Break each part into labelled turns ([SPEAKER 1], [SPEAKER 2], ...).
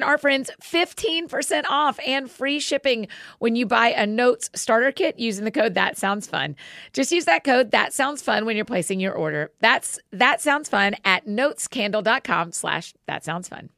[SPEAKER 1] our friends 15% off and free shipping when you buy a Notes starter kit using the code that sounds fun. Just use that code that sounds fun when you're placing your order. That's that sounds fun at notescandle.com slash that sounds fun.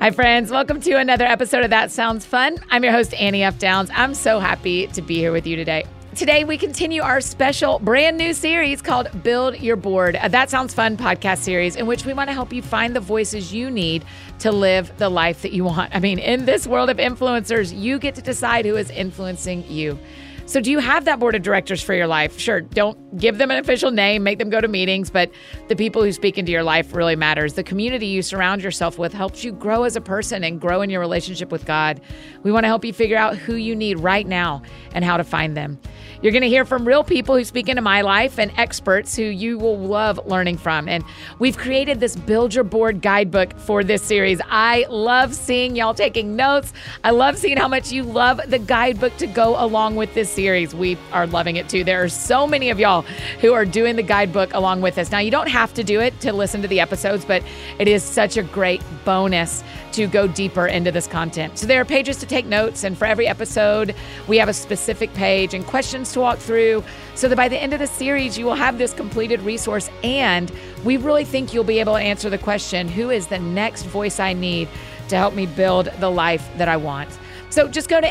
[SPEAKER 1] Hi, friends. Welcome to another episode of That Sounds Fun. I'm your host, Annie F. Downs. I'm so happy to be here with you today. Today, we continue our special brand new series called Build Your Board, a That Sounds Fun podcast series, in which we want to help you find the voices you need to live the life that you want. I mean, in this world of influencers, you get to decide who is influencing you. So, do you have that board of directors for your life? Sure, don't give them an official name, make them go to meetings, but the people who speak into your life really matters. The community you surround yourself with helps you grow as a person and grow in your relationship with God. We want to help you figure out who you need right now and how to find them. You're going to hear from real people who speak into my life and experts who you will love learning from. And we've created this Build Your Board guidebook for this series. I love seeing y'all taking notes. I love seeing how much you love the guidebook to go along with this series. We are loving it too. There are so many of y'all who are doing the guidebook along with us. Now, you don't have to do it to listen to the episodes, but it is such a great bonus to go deeper into this content. So, there are pages to take notes, and for every episode, we have a specific page and questions to walk through so that by the end of the series, you will have this completed resource. And we really think you'll be able to answer the question who is the next voice I need to help me build the life that I want? So just go to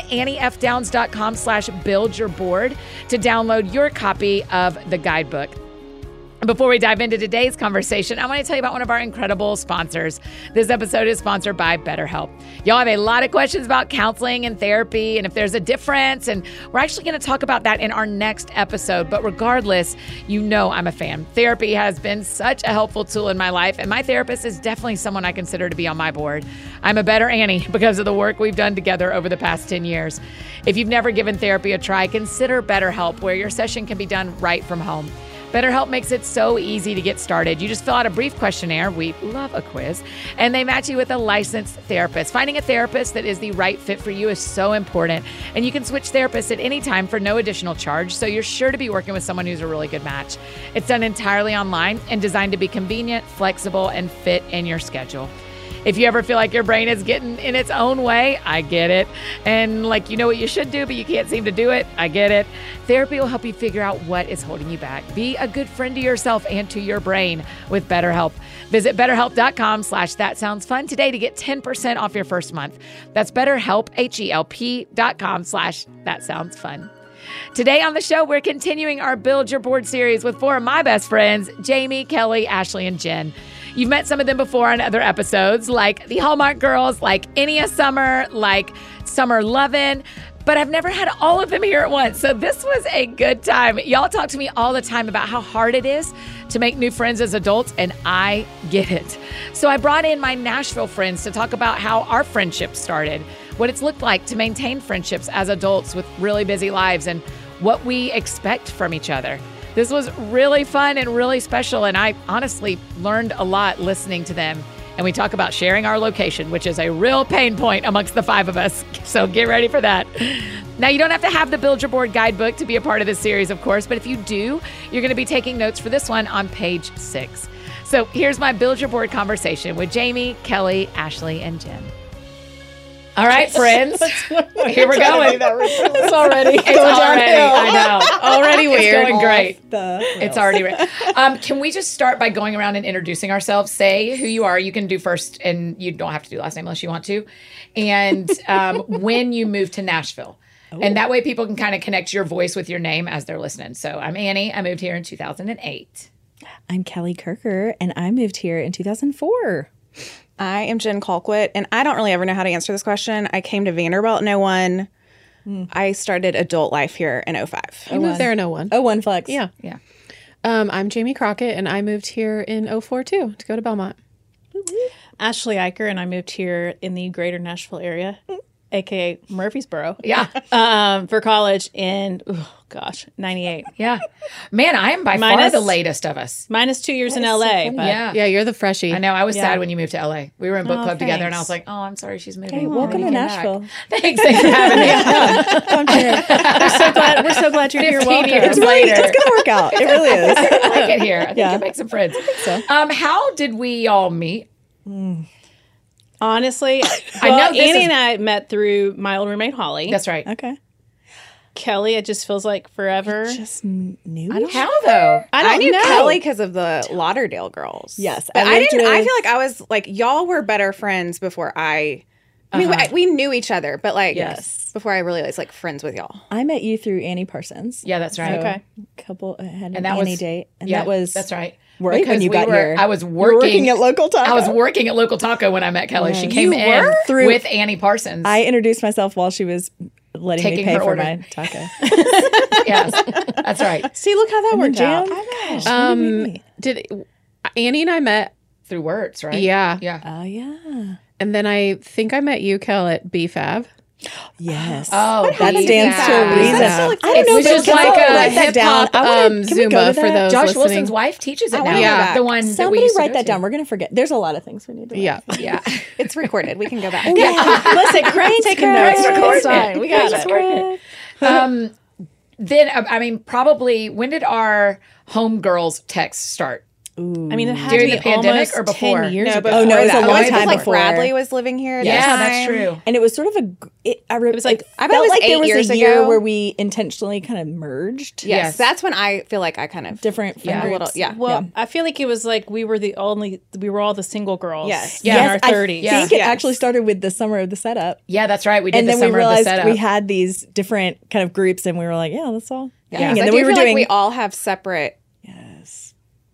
[SPEAKER 1] anniefdowns.com slash build your board to download your copy of the guidebook. Before we dive into today's conversation, I want to tell you about one of our incredible sponsors. This episode is sponsored by BetterHelp. Y'all have a lot of questions about counseling and therapy and if there's a difference. And we're actually going to talk about that in our next episode. But regardless, you know I'm a fan. Therapy has been such a helpful tool in my life. And my therapist is definitely someone I consider to be on my board. I'm a better Annie because of the work we've done together over the past 10 years. If you've never given therapy a try, consider BetterHelp, where your session can be done right from home. BetterHelp makes it so easy to get started. You just fill out a brief questionnaire. We love a quiz. And they match you with a licensed therapist. Finding a therapist that is the right fit for you is so important. And you can switch therapists at any time for no additional charge. So you're sure to be working with someone who's a really good match. It's done entirely online and designed to be convenient, flexible, and fit in your schedule. If you ever feel like your brain is getting in its own way, I get it. And like you know what you should do, but you can't seem to do it, I get it. Therapy will help you figure out what is holding you back. Be a good friend to yourself and to your brain with BetterHelp. Visit betterhelp.com slash that sounds fun today to get 10% off your first month. That's betterhelp, H-E-L-P dot com slash that sounds fun. Today on the show, we're continuing our Build Your Board series with four of my best friends, Jamie, Kelly, Ashley, and Jen. You've met some of them before on other episodes, like the Hallmark Girls, like Enya Summer, like Summer Lovin'. But I've never had all of them here at once. So this was a good time. Y'all talk to me all the time about how hard it is to make new friends as adults, and I get it. So I brought in my Nashville friends to talk about how our friendship started, what it's looked like to maintain friendships as adults with really busy lives, and what we expect from each other. This was really fun and really special. And I honestly learned a lot listening to them. And we talk about sharing our location, which is a real pain point amongst the five of us. So get ready for that. Now, you don't have to have the Build Your Board guidebook to be a part of this series, of course, but if you do, you're going to be taking notes for this one on page six. So here's my Build Your Board conversation with Jamie, Kelly, Ashley, and Jen. All right, friends. Here we're
[SPEAKER 2] Trying to
[SPEAKER 1] going.
[SPEAKER 2] do that ritual.
[SPEAKER 3] It's already
[SPEAKER 1] It's already, I know, already weird and
[SPEAKER 3] Off
[SPEAKER 1] great.
[SPEAKER 3] the
[SPEAKER 1] It's already right. Um, can we just start by going around and introducing ourselves? Say who you are. You can do first, and you don't have to do last name unless you want to. And um, when you moved to Nashville. And that way people can kind of connect your voice with your name as they're listening. So I'm Annie. I moved here in 2008.
[SPEAKER 3] I'm Kelly Kirker, and I moved here in 2004.
[SPEAKER 2] I am Jen Colquitt, and I don't really ever know how to answer this question. I came to Vanderbilt in 01. I started adult life here in 05.
[SPEAKER 4] You moved there in 01.
[SPEAKER 3] Oh, one flex.
[SPEAKER 4] Yeah.
[SPEAKER 1] Yeah.
[SPEAKER 4] Um, I'm Jamie Crockett, and I moved here in 04 too to go to Belmont.
[SPEAKER 5] Ashley Eicher, and I moved here in the greater Nashville area, aka Murfreesboro,
[SPEAKER 1] Yeah.
[SPEAKER 5] um, for college in, oh gosh, 98.
[SPEAKER 1] Yeah. Man, I am by far
[SPEAKER 5] Minus-
[SPEAKER 1] the latest of us.
[SPEAKER 5] Minus two years in LA, but
[SPEAKER 1] Yeah.
[SPEAKER 4] Yeah, you're the freshie.
[SPEAKER 1] I know. I was sad when you moved to LA. We were in book
[SPEAKER 5] Oh,
[SPEAKER 1] club together, and I was
[SPEAKER 5] thanks.
[SPEAKER 1] like, "Oh, I'm sorry, she's moving."
[SPEAKER 3] Hey, welcome
[SPEAKER 1] When
[SPEAKER 3] to
[SPEAKER 1] we came back.
[SPEAKER 3] Nashville.
[SPEAKER 1] Thanks, thanks for having me.
[SPEAKER 3] Come here.
[SPEAKER 5] we're so glad, we're so glad you're here.
[SPEAKER 1] Fifteen
[SPEAKER 5] Welcome.
[SPEAKER 1] years
[SPEAKER 3] Wait,
[SPEAKER 1] later,
[SPEAKER 3] it's gonna work out. It really is.
[SPEAKER 1] I like it here. I think
[SPEAKER 3] Yeah.
[SPEAKER 1] I make some friends. Um, how did we all meet?
[SPEAKER 5] Honestly,
[SPEAKER 1] I
[SPEAKER 5] well,
[SPEAKER 1] know this
[SPEAKER 5] Annie
[SPEAKER 1] is-
[SPEAKER 5] and I met through my old roommate, Holly.
[SPEAKER 1] That's right.
[SPEAKER 3] Okay.
[SPEAKER 5] Kelly, it just feels like forever.
[SPEAKER 3] Just n- new.
[SPEAKER 1] How though?
[SPEAKER 5] I don't
[SPEAKER 2] I knew
[SPEAKER 5] know.
[SPEAKER 2] Kelly because of the Lauderdale girls.
[SPEAKER 3] Yes,
[SPEAKER 2] but
[SPEAKER 3] I
[SPEAKER 2] I,
[SPEAKER 3] lived
[SPEAKER 2] didn't. I
[SPEAKER 3] with-
[SPEAKER 2] feel like I was like y'all were better friends before I. I mean, we, we knew each other, but like
[SPEAKER 3] Uh-huh. Yes.
[SPEAKER 2] before I really was like friends with y'all.
[SPEAKER 3] I met you through Annie Parsons.
[SPEAKER 1] Yeah, that's right.
[SPEAKER 3] So,
[SPEAKER 5] Okay.
[SPEAKER 3] Couple I had an
[SPEAKER 1] that
[SPEAKER 3] Annie
[SPEAKER 1] was-
[SPEAKER 3] date, and
[SPEAKER 1] Yeah,
[SPEAKER 3] that was
[SPEAKER 1] that's right.
[SPEAKER 3] right
[SPEAKER 1] Because
[SPEAKER 3] when you
[SPEAKER 1] we
[SPEAKER 3] got
[SPEAKER 1] were-
[SPEAKER 3] here.
[SPEAKER 1] I was
[SPEAKER 3] You were
[SPEAKER 1] working,
[SPEAKER 3] at local time.
[SPEAKER 1] I was working at Local Taco when I met Kelly. She came
[SPEAKER 3] You
[SPEAKER 1] in
[SPEAKER 3] were? Through-
[SPEAKER 1] with Annie Parsons.
[SPEAKER 3] I introduced myself while she was letting
[SPEAKER 1] Taking
[SPEAKER 3] me pay
[SPEAKER 1] her
[SPEAKER 3] for
[SPEAKER 1] order.
[SPEAKER 3] my taco.
[SPEAKER 1] yes, that's right.
[SPEAKER 5] See, look how that worked
[SPEAKER 1] Oh
[SPEAKER 3] Jam.
[SPEAKER 5] out.
[SPEAKER 4] Um, did Annie and I met?
[SPEAKER 1] Through words, right?
[SPEAKER 4] Yeah.
[SPEAKER 1] yeah.
[SPEAKER 3] Oh yeah.
[SPEAKER 4] And then I think I met you, Kel, at BFAB.
[SPEAKER 3] Yes.
[SPEAKER 1] Oh,
[SPEAKER 3] that
[SPEAKER 1] these
[SPEAKER 3] stands
[SPEAKER 1] guys.
[SPEAKER 3] to a reason.
[SPEAKER 2] That's still
[SPEAKER 3] I don't know.
[SPEAKER 1] It's
[SPEAKER 3] but
[SPEAKER 1] just
[SPEAKER 3] can
[SPEAKER 1] like
[SPEAKER 3] someone
[SPEAKER 1] a
[SPEAKER 3] write that
[SPEAKER 4] hip hop
[SPEAKER 3] down? I wanna-
[SPEAKER 4] um,
[SPEAKER 3] can we go to
[SPEAKER 4] Zumba for
[SPEAKER 3] that?
[SPEAKER 4] those
[SPEAKER 1] Josh
[SPEAKER 4] listening.
[SPEAKER 1] Wilson's wife teaches
[SPEAKER 3] Oh,
[SPEAKER 1] it now.
[SPEAKER 2] wanna go
[SPEAKER 1] Yeah,
[SPEAKER 2] back.
[SPEAKER 1] the one that we
[SPEAKER 3] Somebody
[SPEAKER 1] used to
[SPEAKER 3] write
[SPEAKER 1] go
[SPEAKER 3] that
[SPEAKER 1] to.
[SPEAKER 3] down. We're gonna forget. There's a lot of things we need to.
[SPEAKER 4] Yeah.
[SPEAKER 1] Yeah,
[SPEAKER 2] It's recorded. We can go back.
[SPEAKER 5] Listen, Craig's taking
[SPEAKER 3] Craig. Craig's
[SPEAKER 5] notes. Craig's
[SPEAKER 1] recording.
[SPEAKER 5] fine. We got
[SPEAKER 1] Craig's
[SPEAKER 5] it.
[SPEAKER 1] recording. Um, then uh, I mean, probably when did our homegirls text start?
[SPEAKER 5] I mean, it had
[SPEAKER 1] During
[SPEAKER 5] to be
[SPEAKER 1] the pandemic
[SPEAKER 5] almost
[SPEAKER 1] or before?
[SPEAKER 5] 10 years
[SPEAKER 2] No,
[SPEAKER 5] ago.
[SPEAKER 2] before
[SPEAKER 3] Oh, no, it was a
[SPEAKER 2] that.
[SPEAKER 3] long
[SPEAKER 2] Always
[SPEAKER 3] time
[SPEAKER 2] like
[SPEAKER 3] before.
[SPEAKER 2] Bradley was living here. at
[SPEAKER 1] Yeah,
[SPEAKER 2] the
[SPEAKER 1] that's
[SPEAKER 2] time.
[SPEAKER 1] true.
[SPEAKER 3] And it was sort of a. gr- It, I re- it
[SPEAKER 5] was like-
[SPEAKER 3] I
[SPEAKER 2] I bet it
[SPEAKER 3] felt
[SPEAKER 2] was
[SPEAKER 3] like there
[SPEAKER 2] eight
[SPEAKER 3] was
[SPEAKER 2] years
[SPEAKER 3] a year
[SPEAKER 2] ago.
[SPEAKER 3] where we intentionally kind of merged.
[SPEAKER 1] Yeah.
[SPEAKER 2] Yes.
[SPEAKER 1] Yes.
[SPEAKER 2] that's when I feel like I kind of
[SPEAKER 3] Different. friend
[SPEAKER 1] Yeah.
[SPEAKER 2] a little.
[SPEAKER 3] groups.
[SPEAKER 2] Yeah,
[SPEAKER 5] Well, I feel like it was like we were the only, we were all the single girls.
[SPEAKER 2] Yes.
[SPEAKER 5] in
[SPEAKER 1] Yes,
[SPEAKER 5] our
[SPEAKER 3] I
[SPEAKER 5] thirties.
[SPEAKER 1] Yeah.
[SPEAKER 3] think it
[SPEAKER 2] Yes.
[SPEAKER 3] actually started with the summer of the setup.
[SPEAKER 1] Yeah, that's right. We did
[SPEAKER 3] and
[SPEAKER 1] the
[SPEAKER 3] then we
[SPEAKER 1] summer of the
[SPEAKER 3] realized
[SPEAKER 1] setup.
[SPEAKER 3] we had these different kind of groups, and we were like, "Yeah, that's all."
[SPEAKER 2] Yeah.
[SPEAKER 3] And
[SPEAKER 2] So I
[SPEAKER 3] then
[SPEAKER 2] do
[SPEAKER 3] we were
[SPEAKER 2] feel
[SPEAKER 3] doing
[SPEAKER 2] Like we all have separate
[SPEAKER 3] yes,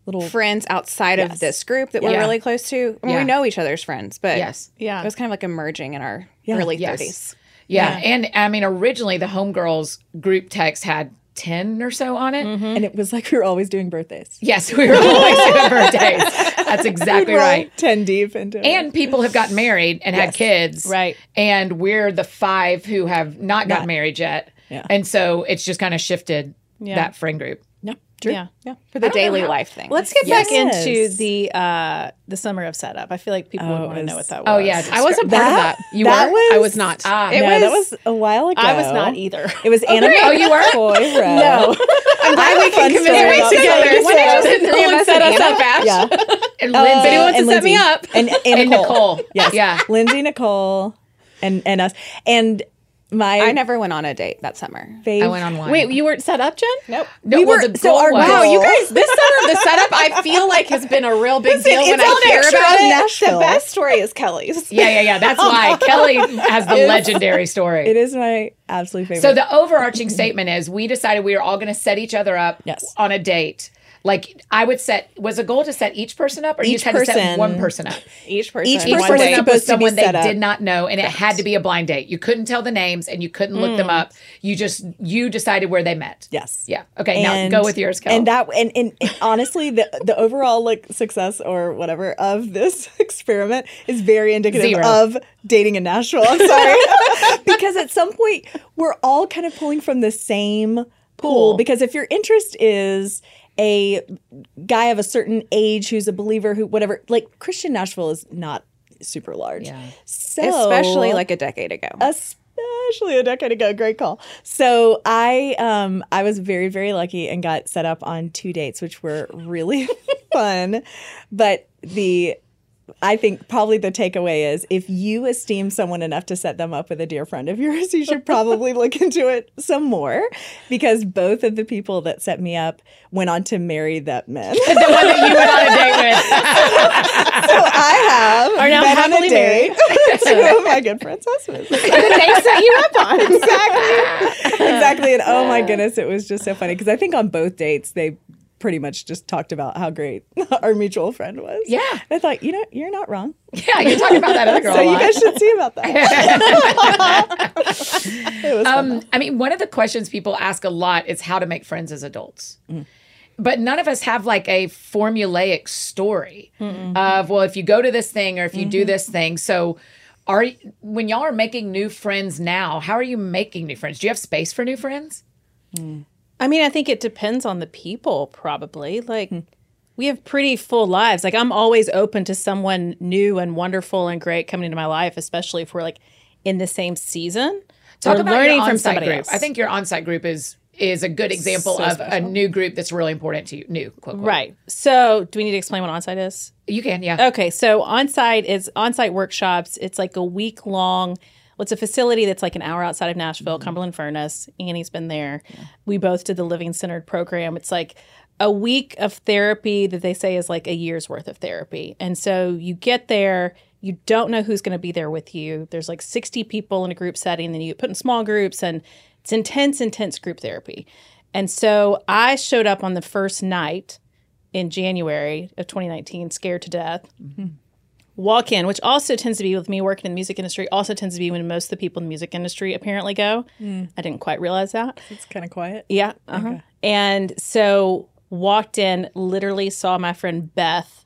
[SPEAKER 3] little
[SPEAKER 2] friends outside of this group that we're
[SPEAKER 1] Yeah.
[SPEAKER 2] really close to. I mean,
[SPEAKER 1] Yeah.
[SPEAKER 2] We know each other's friends, but
[SPEAKER 1] yes.
[SPEAKER 5] Yeah.
[SPEAKER 2] it was kind of like emerging in our
[SPEAKER 3] Yeah.
[SPEAKER 2] early
[SPEAKER 1] Yes.
[SPEAKER 2] 30s.
[SPEAKER 1] Yeah. and I mean, originally the homegirls group text had ten or so on it.
[SPEAKER 3] and it was like we were always doing birthdays.
[SPEAKER 1] Yes, we were always doing birthdays. That's exactly
[SPEAKER 3] We're all
[SPEAKER 1] right.
[SPEAKER 3] ten deep into it.
[SPEAKER 1] And people have gotten married and had kids.
[SPEAKER 5] Right.
[SPEAKER 1] And we're the five who have not gotten married yet.
[SPEAKER 3] Yeah.
[SPEAKER 1] And so it's just kind of shifted that friend group.
[SPEAKER 3] no, true.
[SPEAKER 5] Yeah.
[SPEAKER 3] yeah.
[SPEAKER 2] For the daily life thing.
[SPEAKER 5] Let's get back
[SPEAKER 3] Yes.
[SPEAKER 5] into the uh the summer of setup. I feel like people would want to know what that was.
[SPEAKER 1] Oh, yeah.
[SPEAKER 4] I wasn't part
[SPEAKER 3] That-
[SPEAKER 4] of that. You
[SPEAKER 3] that
[SPEAKER 4] were?
[SPEAKER 3] was-
[SPEAKER 4] I was not.
[SPEAKER 1] Ah,
[SPEAKER 2] It
[SPEAKER 3] no, that
[SPEAKER 2] was-
[SPEAKER 3] was a while ago.
[SPEAKER 5] I was not either.
[SPEAKER 3] It was Anna.
[SPEAKER 1] Oh, you were?
[SPEAKER 3] Boy, no,
[SPEAKER 2] I'm glad we
[SPEAKER 3] fun
[SPEAKER 2] can commit
[SPEAKER 3] story about
[SPEAKER 2] it together.
[SPEAKER 3] that.
[SPEAKER 2] When did
[SPEAKER 3] Yeah.
[SPEAKER 2] you say three of us set us up
[SPEAKER 3] yeah.
[SPEAKER 1] and
[SPEAKER 3] Uh,
[SPEAKER 1] Lindsay
[SPEAKER 3] and
[SPEAKER 4] set me
[SPEAKER 3] Lindsay.
[SPEAKER 4] up.
[SPEAKER 3] and, and,
[SPEAKER 1] and
[SPEAKER 3] Nicole.
[SPEAKER 1] Nicole.
[SPEAKER 3] Yes,
[SPEAKER 1] Yeah.
[SPEAKER 3] Lindsay, Nicole, and and us, and my
[SPEAKER 2] I never went on a date that summer.
[SPEAKER 3] fave.
[SPEAKER 1] I went on one.
[SPEAKER 4] Wait, you weren't set up, Jen?
[SPEAKER 2] Nope.
[SPEAKER 1] no,
[SPEAKER 3] we
[SPEAKER 1] well,
[SPEAKER 3] were-
[SPEAKER 1] the
[SPEAKER 3] so
[SPEAKER 1] goal
[SPEAKER 3] our
[SPEAKER 1] was-
[SPEAKER 3] goal-
[SPEAKER 4] Wow, you guys, this summer the setup I feel like has been a real big deal when
[SPEAKER 3] it's all
[SPEAKER 4] I hear
[SPEAKER 3] picture
[SPEAKER 4] about
[SPEAKER 3] of
[SPEAKER 4] it.
[SPEAKER 3] Nashville.
[SPEAKER 2] story is Kelly's.
[SPEAKER 1] Yeah, yeah, yeah. That's why Kelly has the legendary story.
[SPEAKER 3] It is my absolute favorite.
[SPEAKER 1] So the overarching statement is we decided we were all going to set each other up
[SPEAKER 3] Yes.
[SPEAKER 1] on a date. Like I would set was a goal to set each person up, or you just
[SPEAKER 3] Each
[SPEAKER 1] had to set
[SPEAKER 3] person-
[SPEAKER 1] one person up.
[SPEAKER 2] Each person.
[SPEAKER 3] Each
[SPEAKER 1] Each
[SPEAKER 3] person
[SPEAKER 2] one
[SPEAKER 1] person
[SPEAKER 3] was
[SPEAKER 2] date.
[SPEAKER 1] up was
[SPEAKER 3] supposed to be
[SPEAKER 1] someone they
[SPEAKER 3] set up.
[SPEAKER 1] did not know, and it had to be a blind date. You couldn't tell the names, and you couldn't look them up. You just you decided where they met.
[SPEAKER 3] Mm. yes,
[SPEAKER 1] Yeah. Okay.
[SPEAKER 3] And-
[SPEAKER 1] now go with yours, Kelly.
[SPEAKER 3] And that and, and, and honestly, the the overall like success or whatever of this experiment is very indicative
[SPEAKER 1] Zero.
[SPEAKER 3] of dating in Nashville. I'm sorry, because at some point we're all kind of pulling from the same pool. Because if your interest is a guy of a certain age who's a believer who whatever, like Christian Nashville is not super large,
[SPEAKER 1] Yeah.
[SPEAKER 3] so
[SPEAKER 2] Especially like a decade ago.
[SPEAKER 3] especially a decade ago. Great call. So I um I was very very lucky and got set up on two dates, which were really fun, but the I think probably the takeaway is if you esteem someone enough to set them up with a dear friend of yours, you should probably look into it some more because both of the people that set me up went on to marry that man.
[SPEAKER 1] The one that you went on a date with.
[SPEAKER 3] So I have
[SPEAKER 1] Are now
[SPEAKER 3] been on
[SPEAKER 1] happily
[SPEAKER 3] a date to my good friend's husband.
[SPEAKER 1] the dates that you up on.
[SPEAKER 3] exactly. Exactly. And oh my goodness, it was just so funny because I think on both dates they pretty much just talked about how great our mutual friend was.
[SPEAKER 1] Yeah.
[SPEAKER 3] And I thought, you know, you're not wrong.
[SPEAKER 1] Yeah, you're talking about that other girl.
[SPEAKER 3] so
[SPEAKER 1] a
[SPEAKER 3] you
[SPEAKER 1] lot.
[SPEAKER 3] guys should see about that. it was fun.
[SPEAKER 1] Um, I mean, one of the questions people ask a lot is how to make friends as adults. But none of us have like a formulaic story of, well, if you go to this thing or if you do
[SPEAKER 5] Mm-hmm.
[SPEAKER 1] this thing. So, are y- when y'all are making new friends now, how are you making new friends? Do you have space for new friends?
[SPEAKER 5] I mean, I think it depends on the people, probably. Like, we have pretty full lives. Like, I'm always open to someone new and wonderful and great coming into my life, especially if we're like in the same season.
[SPEAKER 1] Talk
[SPEAKER 5] We're
[SPEAKER 1] about your
[SPEAKER 5] learning
[SPEAKER 1] on-site
[SPEAKER 5] from somebody
[SPEAKER 1] group.
[SPEAKER 5] else.
[SPEAKER 1] I think your on-site group is is a good example
[SPEAKER 5] So
[SPEAKER 1] of a
[SPEAKER 5] special.
[SPEAKER 1] new group that's really important to you. New, quote, quote.
[SPEAKER 5] Right. Uh, So, do we need to explain what onsite is?
[SPEAKER 1] You can, yeah.
[SPEAKER 5] Okay, so on-site is on-site workshops. It's like a week long. well, It's a facility that's like an hour outside of Nashville, Cumberland Furnace. Annie's been there. We both did the Living Centered program. It's like a week of therapy that they say is like a year's worth of therapy. And so you get there, you don't know who's going to be there with you. There's like 60 people in a group setting, then you get put in small groups, and it's intense, intense group therapy. And so I showed up on the first night in January of 2019, scared to death. Walk in, which also tends to be with me working in the music industry, also tends to be when most of the people in the music industry apparently go. I didn't quite realize that.
[SPEAKER 3] It's kind of quiet.
[SPEAKER 5] Hmm. Yeah. uh-huh. And so walked in, literally saw my friend Beth.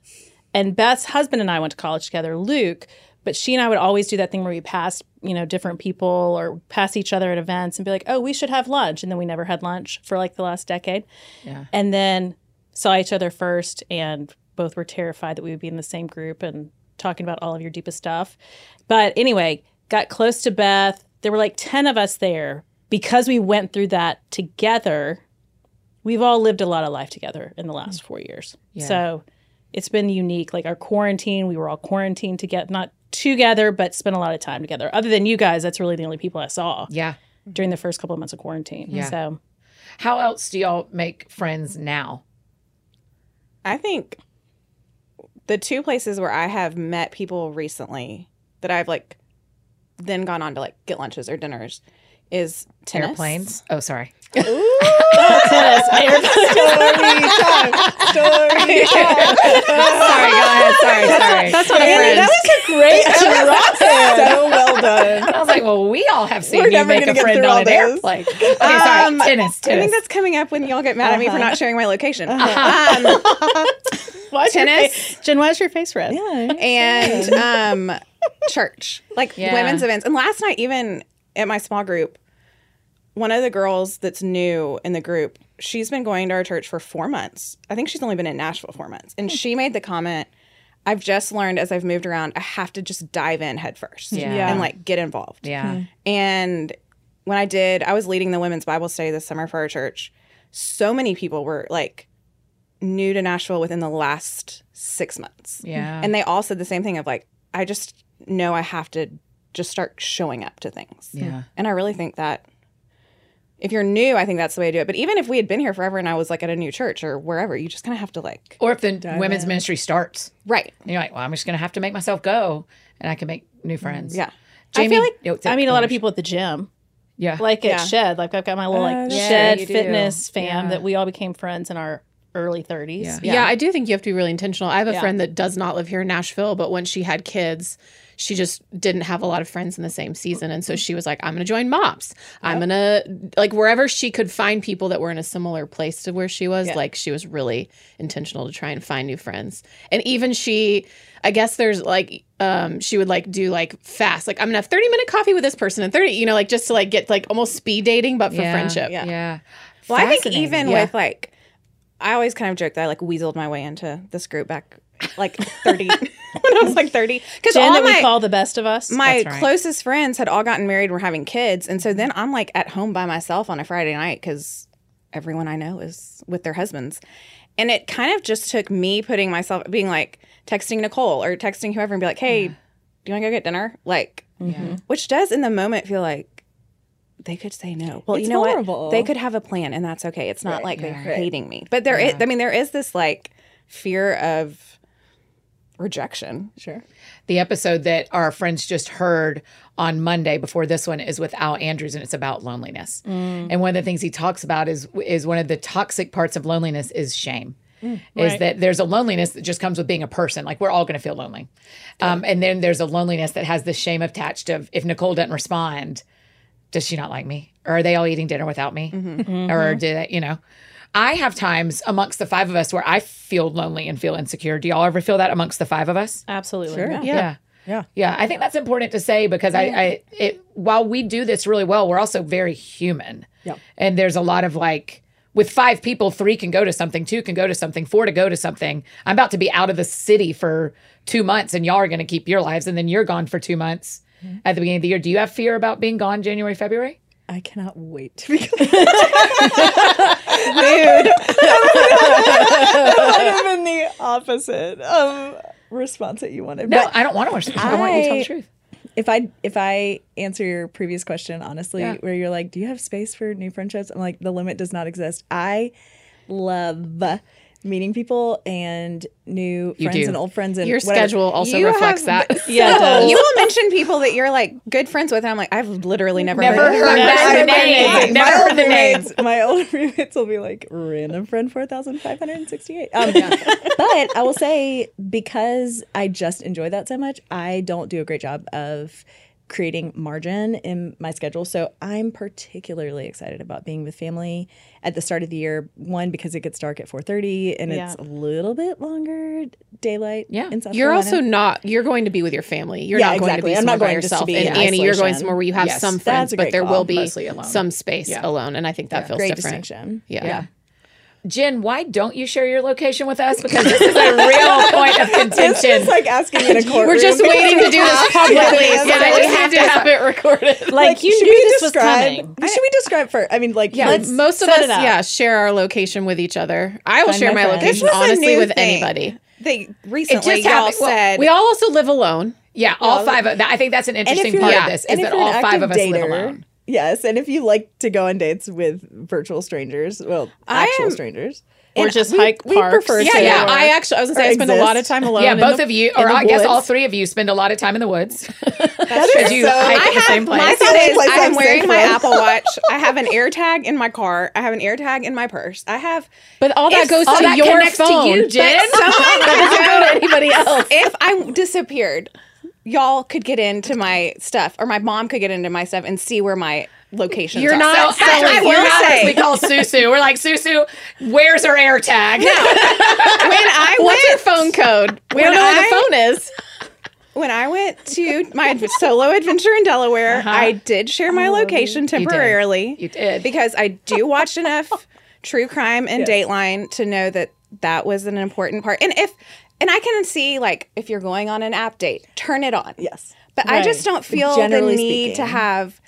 [SPEAKER 5] And Beth's husband and I went to college together, Luke, but she and I would always do that thing where we passed, you know, different people or pass each other at events and be like, oh, we should have lunch. And then we never had lunch for like the last decade.
[SPEAKER 1] Yeah.
[SPEAKER 5] And then saw each other first and both were terrified that we would be in the same group and talking about all of your deepest stuff. But anyway, got close to Beth. There were like 10 of us there because we went through that together. We've all lived a lot of life together in the last 4 years. So it's been unique like our quarantine, we were all quarantined together, not together, but spent a lot of time together. Other than you guys, that's really the only people I saw
[SPEAKER 1] Yeah.
[SPEAKER 5] during the first couple of months of quarantine.
[SPEAKER 1] Yeah.
[SPEAKER 5] So
[SPEAKER 1] How else do y'all make friends now?
[SPEAKER 2] I think the two places where I have met people recently that I've like then gone on to like get lunches or dinners is tennis.
[SPEAKER 1] Airplanes? Oh, sorry.
[SPEAKER 3] Story time.
[SPEAKER 1] sorry, go ahead. Sorry, sorry. That's what
[SPEAKER 3] Anna, that was a great drop. so well done.
[SPEAKER 1] I was like, well, we all have seen
[SPEAKER 3] We're
[SPEAKER 1] you
[SPEAKER 3] never
[SPEAKER 1] make
[SPEAKER 3] gonna
[SPEAKER 1] a
[SPEAKER 3] get
[SPEAKER 1] friend
[SPEAKER 3] through
[SPEAKER 1] on
[SPEAKER 3] all
[SPEAKER 1] an
[SPEAKER 3] this.
[SPEAKER 1] airplane. Okay, sorry.
[SPEAKER 2] Um,
[SPEAKER 1] tennis,
[SPEAKER 2] I think
[SPEAKER 1] tennis. Uh-huh.
[SPEAKER 2] that's coming up when y'all get mad at me for not sharing my location. Um,
[SPEAKER 5] tennis, Jen, why is your face red?
[SPEAKER 2] and um, church, like
[SPEAKER 1] Yeah.
[SPEAKER 2] women's events. And last night, even at my small group, one of the girls that's new in the group, she's been going to our church for four months. I think she's only been in Nashville four months. And she made the comment, I've just learned as I've moved around, I have to just dive in headfirst
[SPEAKER 1] Yeah.
[SPEAKER 2] and like get involved.
[SPEAKER 1] Yeah.
[SPEAKER 2] And when I did, I was leading the women's Bible study this summer for our church. So many people were like new to Nashville within the last six months.
[SPEAKER 1] Yeah.
[SPEAKER 2] And they all said the same thing of like, I just know I have to just start showing up to things.
[SPEAKER 1] Yeah.
[SPEAKER 2] And I really think that if you're new, I think that's the way to do it. But even if we had been here forever and I was like at a new church or wherever, you just kind of have to like,
[SPEAKER 1] Or if the women's ministry starts,
[SPEAKER 2] right.
[SPEAKER 1] and you're like, well, I'm just going to have to make myself go and I can make new friends.
[SPEAKER 2] Yeah.
[SPEAKER 1] Jamie,
[SPEAKER 5] I feel like
[SPEAKER 1] yo, it's
[SPEAKER 5] I mean a lot of people at the gym,
[SPEAKER 1] Yeah.
[SPEAKER 5] like at
[SPEAKER 2] Yeah.
[SPEAKER 5] Shed. Like I've got my little like
[SPEAKER 3] that's
[SPEAKER 5] Shed
[SPEAKER 1] right.
[SPEAKER 5] fitness
[SPEAKER 1] You do.
[SPEAKER 5] fam
[SPEAKER 1] Yeah.
[SPEAKER 5] that we all became friends in our early 30s.
[SPEAKER 1] Yeah.
[SPEAKER 4] Yeah. I do think you have to be really intentional. I have a friend that does not live here in Nashville, but when she had kids, she just didn't have a lot of friends in the same season. And so she was like, I'm going to join MOPS. I'm going to, like, wherever she could find people that were in a similar place to where she was, like, she was really intentional to try and find new friends. And even she, I guess there's like, um, she would like do like fast, like, I'm going to have 30 minute coffee with this person and 30, you know, like, just to like get like almost speed dating, but for
[SPEAKER 1] Yeah.
[SPEAKER 4] friendship.
[SPEAKER 1] Yeah.
[SPEAKER 2] Well, I think
[SPEAKER 1] Fascinating.
[SPEAKER 2] even
[SPEAKER 4] Yeah.
[SPEAKER 2] with like, I always kind of joke that I like weaseled my way into this group back like 30, when I was like 30. Because all
[SPEAKER 5] Jen that
[SPEAKER 2] my,
[SPEAKER 5] we call the best of us.
[SPEAKER 2] my
[SPEAKER 1] That's right.
[SPEAKER 2] closest friends had all gotten married and were having kids. And so then I'm like at home by myself on a Friday night because everyone I know is with their husbands. And it kind of just took me putting myself, being like, texting Nicole or texting whoever and be like, hey, do you want to go get dinner? Like, which does in the moment feel like they could say no. Well,
[SPEAKER 3] It's
[SPEAKER 2] you know
[SPEAKER 3] vulnerable.
[SPEAKER 2] what? They could have a plan and that's okay. It's not like they're hating me. But there is, I mean, there is this like fear of rejection.
[SPEAKER 3] Sure.
[SPEAKER 1] The episode that our friends just heard on Monday before this one is with Al Andrews, and it's about loneliness. And one of the things he talks about is is one of the toxic parts of loneliness is shame. Is that there's a loneliness that just comes with being a person. Like we're all going to feel lonely, um, and then there's a loneliness that has the shame attached of if Nicole doesn't respond, does she not like me? Or are they all eating dinner without me? Or did I, you know? I have times amongst the five of us where I feel lonely and feel insecure. Do y'all ever feel that amongst the five of us?
[SPEAKER 5] Absolutely.
[SPEAKER 1] Yeah. Yeah. Yeah. I think that's important to say because I, I it while we do this really well, we're also very human. Yeah. And there's a lot of like with five people, three can go to something, two can go to something, four to go to something. I'm about to be out of the city for two months and y'all are gonna keep your lives and then you're gone for two months at the beginning of the year. Do you have fear about being gone January, February?
[SPEAKER 3] I cannot wait to be kind of in the opposite um, response that you wanted.
[SPEAKER 1] No,
[SPEAKER 3] But
[SPEAKER 1] I don't want to watch I, want you to tell the
[SPEAKER 3] I-
[SPEAKER 1] truth.
[SPEAKER 3] if I if I answer your previous question honestly, where you're like, "Do you have space for new friendships?" I'm like, the limit does not exist. I love meeting people and new
[SPEAKER 1] You
[SPEAKER 3] friends
[SPEAKER 1] do.
[SPEAKER 3] and old friends and
[SPEAKER 4] Your
[SPEAKER 3] whatever.
[SPEAKER 4] schedule also
[SPEAKER 2] You
[SPEAKER 4] reflects
[SPEAKER 2] have-
[SPEAKER 4] that.
[SPEAKER 5] Yeah. it does.
[SPEAKER 2] You will mention people that you're like good friends with, and I'm like, I've literally never,
[SPEAKER 1] Never
[SPEAKER 2] heard, of
[SPEAKER 1] heard
[SPEAKER 2] them.
[SPEAKER 1] that
[SPEAKER 2] Never
[SPEAKER 1] name.
[SPEAKER 2] heard
[SPEAKER 1] Never
[SPEAKER 3] my
[SPEAKER 1] heard
[SPEAKER 3] old
[SPEAKER 1] the name.
[SPEAKER 3] roommates- My old roommates will be like random friend four thousand five hundred and sixty-eight. Um, But I will say because I just enjoy that so much, I don't do a great job of creating margin in my schedule. So I'm particularly excited about being with family at the start of the year. One because it gets dark at four thirty and it's a little bit longer daylight.
[SPEAKER 1] Yeah.
[SPEAKER 3] in South
[SPEAKER 4] You're
[SPEAKER 3] Carolina.
[SPEAKER 4] also not. You're going to be with your family. You're
[SPEAKER 3] Yeah,
[SPEAKER 4] not going
[SPEAKER 3] exactly.
[SPEAKER 4] to be
[SPEAKER 3] I'm
[SPEAKER 4] somewhere
[SPEAKER 3] not
[SPEAKER 4] by
[SPEAKER 3] going just to
[SPEAKER 4] yourself.
[SPEAKER 3] be
[SPEAKER 4] and
[SPEAKER 3] in
[SPEAKER 4] Annie, you're going
[SPEAKER 3] isolation.
[SPEAKER 4] somewhere where you have
[SPEAKER 1] Yes,
[SPEAKER 4] some
[SPEAKER 1] that's
[SPEAKER 4] friends,
[SPEAKER 3] a
[SPEAKER 4] but
[SPEAKER 3] great
[SPEAKER 4] there
[SPEAKER 3] call.
[SPEAKER 4] will be
[SPEAKER 1] Mostly alone.
[SPEAKER 4] some space alone, and I think that feels
[SPEAKER 3] great
[SPEAKER 4] different.
[SPEAKER 3] distinction.
[SPEAKER 4] Yeah.
[SPEAKER 1] Jen, why don't you share your location with us? Because this is a real point of
[SPEAKER 3] It's
[SPEAKER 1] contention.
[SPEAKER 3] just like asking in a courtroom.
[SPEAKER 4] We're just
[SPEAKER 3] because
[SPEAKER 4] waiting to do this publicly,
[SPEAKER 3] Yeah,
[SPEAKER 4] so that we have to have it recorded.
[SPEAKER 5] Like you
[SPEAKER 3] should
[SPEAKER 5] knew
[SPEAKER 3] we
[SPEAKER 5] this
[SPEAKER 3] describe,
[SPEAKER 5] was coming.
[SPEAKER 3] Should we describe first? I mean, like,
[SPEAKER 4] Yeah,
[SPEAKER 3] let's-
[SPEAKER 4] most of
[SPEAKER 5] set
[SPEAKER 4] us,
[SPEAKER 5] it up.
[SPEAKER 4] yeah, share our location with each other. I will
[SPEAKER 3] Find
[SPEAKER 4] share
[SPEAKER 3] my
[SPEAKER 4] my,
[SPEAKER 3] friend.
[SPEAKER 4] location
[SPEAKER 2] This was a
[SPEAKER 4] honestly
[SPEAKER 2] new
[SPEAKER 4] with
[SPEAKER 2] thing.
[SPEAKER 4] anybody.
[SPEAKER 2] They
[SPEAKER 1] It just
[SPEAKER 2] recently y'all
[SPEAKER 1] happened. Well,
[SPEAKER 2] said
[SPEAKER 4] We all also live alone.
[SPEAKER 1] Yeah, all five of that. I think that's an interesting
[SPEAKER 3] you're-
[SPEAKER 1] part
[SPEAKER 4] yeah,
[SPEAKER 1] of this is
[SPEAKER 3] and if
[SPEAKER 1] that
[SPEAKER 3] you're an
[SPEAKER 1] all five
[SPEAKER 3] active
[SPEAKER 1] of us live
[SPEAKER 3] dater-
[SPEAKER 1] alone.
[SPEAKER 3] Yes, and if you like to go on dates with virtual strangers, well, actual
[SPEAKER 2] am-
[SPEAKER 3] strangers,
[SPEAKER 5] Or
[SPEAKER 3] And
[SPEAKER 5] just
[SPEAKER 3] we-
[SPEAKER 5] hike
[SPEAKER 3] we
[SPEAKER 5] parks.
[SPEAKER 3] prefer
[SPEAKER 4] Yeah,
[SPEAKER 3] to-
[SPEAKER 4] yeah. I actually, I was gonna say, I spend a lot of
[SPEAKER 3] exist.
[SPEAKER 4] time alone.
[SPEAKER 1] yeah,
[SPEAKER 4] in
[SPEAKER 1] both
[SPEAKER 4] the-
[SPEAKER 1] of you,
[SPEAKER 3] in
[SPEAKER 1] or
[SPEAKER 3] the
[SPEAKER 1] I guess all
[SPEAKER 3] woods.
[SPEAKER 1] three of you spend a lot of time in the woods because you hike in the same place.
[SPEAKER 2] My thought
[SPEAKER 3] only
[SPEAKER 2] is
[SPEAKER 3] place
[SPEAKER 2] I am
[SPEAKER 3] I'm
[SPEAKER 2] wearing
[SPEAKER 3] safe
[SPEAKER 2] my
[SPEAKER 3] with.
[SPEAKER 2] Apple Watch. I have an AirTag in my car. I have an AirTag in my purse. I have.
[SPEAKER 4] But all that
[SPEAKER 2] It's-
[SPEAKER 4] goes
[SPEAKER 2] all
[SPEAKER 4] to
[SPEAKER 1] that
[SPEAKER 4] your
[SPEAKER 1] connects to
[SPEAKER 4] phone.
[SPEAKER 1] you, Jen.
[SPEAKER 4] But someone doesn't go to anybody else.
[SPEAKER 2] If I disappeared, y'all could get into my stuff, or my mom could get into my stuff and see where my location.
[SPEAKER 4] You're not-
[SPEAKER 1] So,
[SPEAKER 4] So
[SPEAKER 1] actually,
[SPEAKER 2] I
[SPEAKER 1] we're
[SPEAKER 2] will
[SPEAKER 1] not-
[SPEAKER 2] say-
[SPEAKER 1] we call Susu. We're like Susu. Where's her air tag?
[SPEAKER 2] when I
[SPEAKER 4] What's your
[SPEAKER 2] went.
[SPEAKER 4] phone code? We don't know where the
[SPEAKER 2] I-
[SPEAKER 4] phone is.
[SPEAKER 2] When I went to my solo adventure in Delaware,
[SPEAKER 3] Uh-huh.
[SPEAKER 2] I did share
[SPEAKER 3] Oh,
[SPEAKER 2] my location temporarily.
[SPEAKER 1] You did.
[SPEAKER 2] because I do watch enough true crime and Dateline to know that that was an important part. And if and I can see like if you're going on an app date, turn it on.
[SPEAKER 3] Yes.
[SPEAKER 2] But I just don't feel
[SPEAKER 3] Generally
[SPEAKER 2] the need
[SPEAKER 3] speaking.
[SPEAKER 2] to have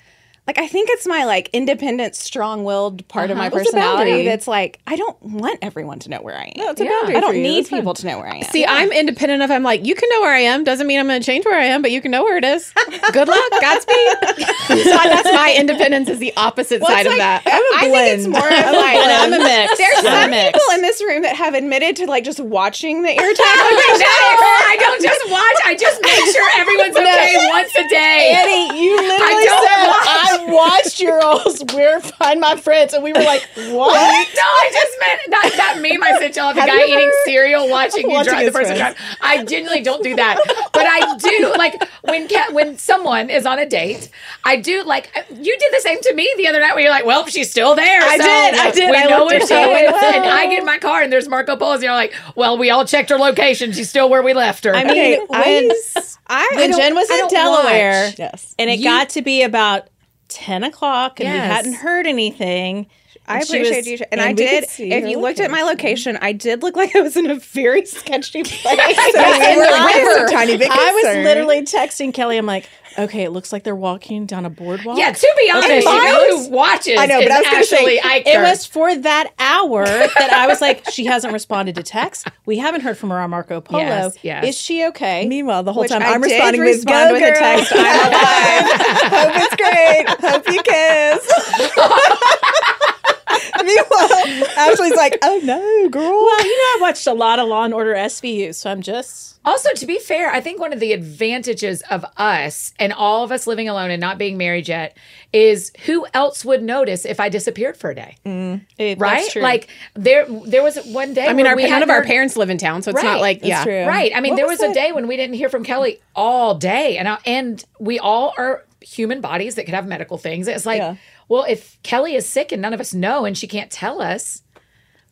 [SPEAKER 2] like I think it's my like independent, strong-willed
[SPEAKER 3] Uh-huh.
[SPEAKER 2] part of my personality that's like I don't want everyone to know where I am.
[SPEAKER 3] No, it's a boundary
[SPEAKER 2] I don't
[SPEAKER 3] for you.
[SPEAKER 2] need
[SPEAKER 3] That's fine.
[SPEAKER 2] people to know where I am.
[SPEAKER 4] See, I'm independent enough. I'm like, you can know where I am. Doesn't mean I'm going to change where I am, but you can know where it is. Good luck. Godspeed. so that's my independence is the opposite
[SPEAKER 2] Well,
[SPEAKER 4] side
[SPEAKER 2] it's
[SPEAKER 4] of
[SPEAKER 2] like-
[SPEAKER 4] that.
[SPEAKER 2] I think it's
[SPEAKER 3] blend.
[SPEAKER 2] more of like
[SPEAKER 5] I'm a mix.
[SPEAKER 2] There's
[SPEAKER 5] I'm
[SPEAKER 2] some
[SPEAKER 5] a mix.
[SPEAKER 2] people in this room that have admitted to like just watching the air tag.
[SPEAKER 1] No, I don't just watch. I just make sure everyone's okay once a day.
[SPEAKER 3] Eddie, you
[SPEAKER 1] I
[SPEAKER 3] literally
[SPEAKER 1] don't watch.
[SPEAKER 6] I watched your all's Where Find My Friends, and we were like, what?
[SPEAKER 1] No, I just meant not that meme I sent y'all. The
[SPEAKER 3] Have
[SPEAKER 1] guy
[SPEAKER 3] you
[SPEAKER 1] eating
[SPEAKER 3] ever-
[SPEAKER 1] cereal, watching you
[SPEAKER 3] Watching
[SPEAKER 1] drive the
[SPEAKER 3] his
[SPEAKER 1] person drive.
[SPEAKER 3] friends.
[SPEAKER 1] I genuinely don't do that, but I do like when ca- when someone is on a date. I do like you did the same to me the other night where you're like, "Well, she's still there." I
[SPEAKER 3] did, I did.
[SPEAKER 1] We
[SPEAKER 3] I
[SPEAKER 1] know
[SPEAKER 3] looked
[SPEAKER 1] where
[SPEAKER 3] at
[SPEAKER 1] she
[SPEAKER 3] her.
[SPEAKER 1] is, and I get in my car and there's Marco Polo's. And you're like, "Well, we all checked her location. She's still where we left her."
[SPEAKER 5] I mean,
[SPEAKER 3] Okay,
[SPEAKER 5] when,
[SPEAKER 3] I-
[SPEAKER 2] I, I
[SPEAKER 5] when
[SPEAKER 2] don't-
[SPEAKER 5] Jen was
[SPEAKER 2] I
[SPEAKER 5] in
[SPEAKER 2] don't
[SPEAKER 5] Delaware
[SPEAKER 2] watch.
[SPEAKER 3] yes.
[SPEAKER 5] and it got to be about 10 o'clock and we
[SPEAKER 1] Yes.
[SPEAKER 5] hadn't heard anything.
[SPEAKER 2] I
[SPEAKER 5] she
[SPEAKER 2] appreciate
[SPEAKER 5] was-
[SPEAKER 2] you. And, I
[SPEAKER 3] and we could
[SPEAKER 2] did.
[SPEAKER 3] see
[SPEAKER 2] If
[SPEAKER 3] her
[SPEAKER 2] you looked at my location, I did look like I was in a very sketchy place.
[SPEAKER 3] And I was a tiny bit
[SPEAKER 5] I was
[SPEAKER 3] concerned.
[SPEAKER 5] literally texting Kelly. I'm like, okay, it looks like they're walking down a boardwalk.
[SPEAKER 1] Yeah, to be honest, you know who watches I know, but I was
[SPEAKER 3] gonna say,
[SPEAKER 1] actually
[SPEAKER 5] It was for that hour that I was like, she hasn't responded to text. We haven't heard from her on Marco Polo.
[SPEAKER 1] Yes, yes.
[SPEAKER 5] Is she okay?
[SPEAKER 3] Meanwhile, the whole
[SPEAKER 2] Which
[SPEAKER 3] time
[SPEAKER 2] I
[SPEAKER 3] I'm
[SPEAKER 2] did
[SPEAKER 3] responding with
[SPEAKER 2] respond
[SPEAKER 3] "Go
[SPEAKER 2] with a
[SPEAKER 3] girl."
[SPEAKER 2] text,
[SPEAKER 3] I'm alive. Hope it's great. Hope you kiss. Meanwhile, Ashley's like, "Oh no, girl."
[SPEAKER 5] Well, you know, I watched a lot of Law and Order SVU, so I'm just
[SPEAKER 1] Also, to be fair, I think one of the advantages of us and all of us living alone and not being married yet is who else would notice if I disappeared for a day,
[SPEAKER 5] it,
[SPEAKER 1] right?
[SPEAKER 5] That's true.
[SPEAKER 1] Like there, there was one day.
[SPEAKER 4] I mean,
[SPEAKER 1] where
[SPEAKER 4] our
[SPEAKER 1] we
[SPEAKER 4] none
[SPEAKER 1] had
[SPEAKER 4] of our
[SPEAKER 1] no-
[SPEAKER 4] parents live in town, so it's
[SPEAKER 1] Right.
[SPEAKER 4] not like
[SPEAKER 1] That's
[SPEAKER 4] yeah.
[SPEAKER 3] true.
[SPEAKER 1] Right. I mean,
[SPEAKER 3] What
[SPEAKER 1] there was,
[SPEAKER 3] was
[SPEAKER 1] a
[SPEAKER 3] it?
[SPEAKER 1] day when we didn't hear from Kelly all day, and I, and we all are human bodies that could have medical things. It's like,
[SPEAKER 3] Yeah.
[SPEAKER 1] well, if Kelly is sick and none of us know, and she can't tell us,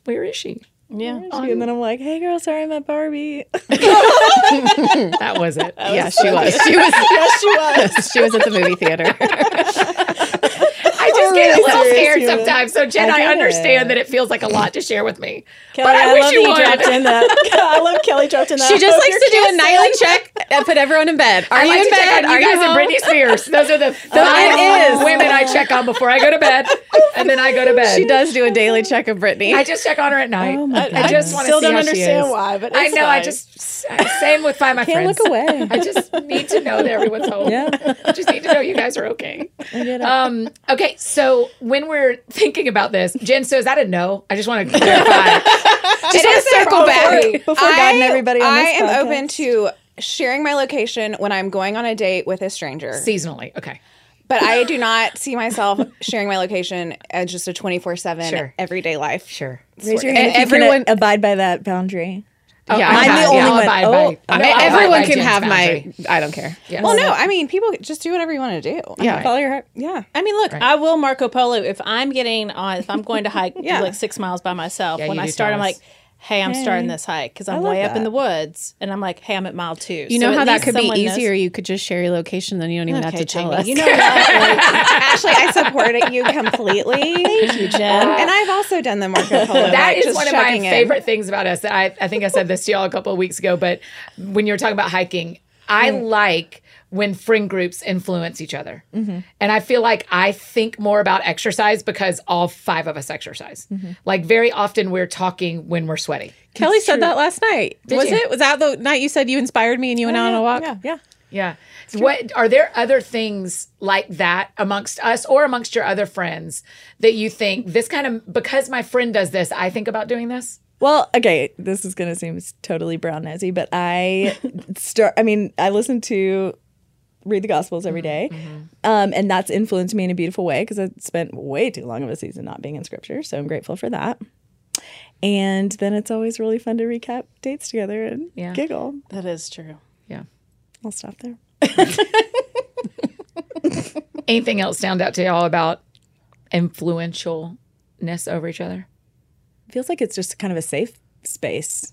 [SPEAKER 1] where is she?
[SPEAKER 5] yeah.
[SPEAKER 3] and then I'm like, "Hey, girl, sorry, I'm at Barbie."
[SPEAKER 1] That was it.
[SPEAKER 4] Yeah, she was. She was. yes, she was. she was at the movie theater.
[SPEAKER 1] I just get a
[SPEAKER 3] really
[SPEAKER 1] little
[SPEAKER 3] serious
[SPEAKER 1] scared
[SPEAKER 3] human.
[SPEAKER 1] sometimes. So Jen,
[SPEAKER 3] I
[SPEAKER 1] I,
[SPEAKER 3] get
[SPEAKER 1] understand that it feels like a lot to share with me.
[SPEAKER 5] Kelly,
[SPEAKER 1] but I,
[SPEAKER 5] I
[SPEAKER 1] wish
[SPEAKER 5] love
[SPEAKER 1] you
[SPEAKER 5] that you dropped
[SPEAKER 1] would.
[SPEAKER 5] in that. I love Kelly dropped in that.
[SPEAKER 4] She just
[SPEAKER 5] Hope
[SPEAKER 4] likes
[SPEAKER 5] you're
[SPEAKER 4] to do a
[SPEAKER 5] kissing.
[SPEAKER 4] nightly check and put everyone in bed. Are
[SPEAKER 1] I
[SPEAKER 4] you
[SPEAKER 1] like
[SPEAKER 4] in
[SPEAKER 1] to
[SPEAKER 4] bed?
[SPEAKER 1] check on
[SPEAKER 4] Are
[SPEAKER 1] you guys
[SPEAKER 4] home?
[SPEAKER 1] and Britney Spears. Those are the five
[SPEAKER 4] is.
[SPEAKER 1] women I check on before I go to bed, and then I go to bed.
[SPEAKER 4] She does do a daily check of Britney.
[SPEAKER 1] I just check on her at night.
[SPEAKER 5] Oh my
[SPEAKER 1] I, I just
[SPEAKER 5] goodness.
[SPEAKER 1] want to
[SPEAKER 5] Still
[SPEAKER 1] see
[SPEAKER 5] don't
[SPEAKER 1] how
[SPEAKER 5] understand
[SPEAKER 1] she is.
[SPEAKER 5] why, but
[SPEAKER 1] I
[SPEAKER 5] it's
[SPEAKER 1] know. I
[SPEAKER 5] fine.
[SPEAKER 1] just same with five my
[SPEAKER 3] Can't
[SPEAKER 1] friends.
[SPEAKER 3] look away.
[SPEAKER 1] I just need to know that everyone's home.
[SPEAKER 3] Yeah.
[SPEAKER 1] I just need to know you guys are okay.
[SPEAKER 3] get it.
[SPEAKER 1] Um, okay, so when we're thinking about this, Jen, so is that a no? I just want to clarify. it is circle back.
[SPEAKER 3] Before God and everybody on
[SPEAKER 2] I
[SPEAKER 3] this
[SPEAKER 2] am
[SPEAKER 3] podcast.
[SPEAKER 2] open to sharing my location when I'm going on a date with a stranger.
[SPEAKER 1] Seasonally. Okay.
[SPEAKER 2] But I do not see myself sharing my location as just a 24 7
[SPEAKER 1] Sure.
[SPEAKER 2] everyday life.
[SPEAKER 1] Sure.
[SPEAKER 3] Raise your hand.
[SPEAKER 4] And
[SPEAKER 3] if you can
[SPEAKER 4] everyone-
[SPEAKER 3] abide by that boundary.
[SPEAKER 1] yeah,
[SPEAKER 4] I'm
[SPEAKER 1] I
[SPEAKER 4] the
[SPEAKER 1] have-
[SPEAKER 4] only
[SPEAKER 1] I'll
[SPEAKER 3] one-
[SPEAKER 1] abide
[SPEAKER 3] oh,
[SPEAKER 1] by-
[SPEAKER 3] I-
[SPEAKER 1] I'll abide
[SPEAKER 4] Everyone
[SPEAKER 1] by
[SPEAKER 4] can
[SPEAKER 1] Jen's
[SPEAKER 4] have
[SPEAKER 1] boundary.
[SPEAKER 4] my. I don't care.
[SPEAKER 1] Yes.
[SPEAKER 2] Well, no, I mean, people just do whatever you want to do.
[SPEAKER 4] Yeah.
[SPEAKER 3] Follow your heart.
[SPEAKER 2] Yeah.
[SPEAKER 5] I mean, look, I will Marco Polo if I'm getting on, if I'm going to hike like six miles by myself.
[SPEAKER 1] Yeah,
[SPEAKER 5] when
[SPEAKER 1] you
[SPEAKER 5] I
[SPEAKER 1] do
[SPEAKER 5] start,
[SPEAKER 1] tell
[SPEAKER 5] I'm
[SPEAKER 1] us.
[SPEAKER 5] like, hey, I'm starting this hike because I'm way up
[SPEAKER 3] that.
[SPEAKER 5] in the woods, and I'm like, hey, I'm at mile two.
[SPEAKER 4] You know how that could be easier. You could just share your location, then you don't even have to tell us.
[SPEAKER 5] You know what?
[SPEAKER 2] Ashley, I support it you completely. Thank you,
[SPEAKER 5] Jen.
[SPEAKER 2] And I've also done the Marco Polo.
[SPEAKER 1] That
[SPEAKER 2] like,
[SPEAKER 1] is
[SPEAKER 2] just
[SPEAKER 1] one of my
[SPEAKER 2] checking in.
[SPEAKER 1] favorite things about us. I, I think I said this to y'all a couple of weeks ago, but when you were talking about hiking, I
[SPEAKER 2] Mm.
[SPEAKER 1] like when friend groups influence each other.
[SPEAKER 2] Mm-hmm.
[SPEAKER 1] And I feel like I think more about exercise because all five of us exercise.
[SPEAKER 2] Mm-hmm.
[SPEAKER 1] Like very often we're talking when we're sweating.
[SPEAKER 4] Kelly said that last night. was
[SPEAKER 1] you?
[SPEAKER 4] it? Was that the night you said you inspired me and you went out on a walk?
[SPEAKER 3] Oh, Yeah, yeah.
[SPEAKER 1] Yeah. What are there other things like that amongst us or amongst your other friends that you think this kind of because my friend does this, I think about doing this?
[SPEAKER 3] Well, okay, this is gonna seem s- totally brown nosy, but I start. I mean, I listen to read the Gospels every day, um, and that's influenced me in a beautiful way because I spent way too long of a season not being in Scripture, so I'm grateful for that. And then it's always really fun to recap dates together and
[SPEAKER 1] Yeah.
[SPEAKER 3] giggle.
[SPEAKER 5] that is true.
[SPEAKER 1] Yeah.
[SPEAKER 3] I'll stop there.
[SPEAKER 1] Anything else stand out to y'all about influentialness over each other?
[SPEAKER 3] Feels like it's just kind of a safe space.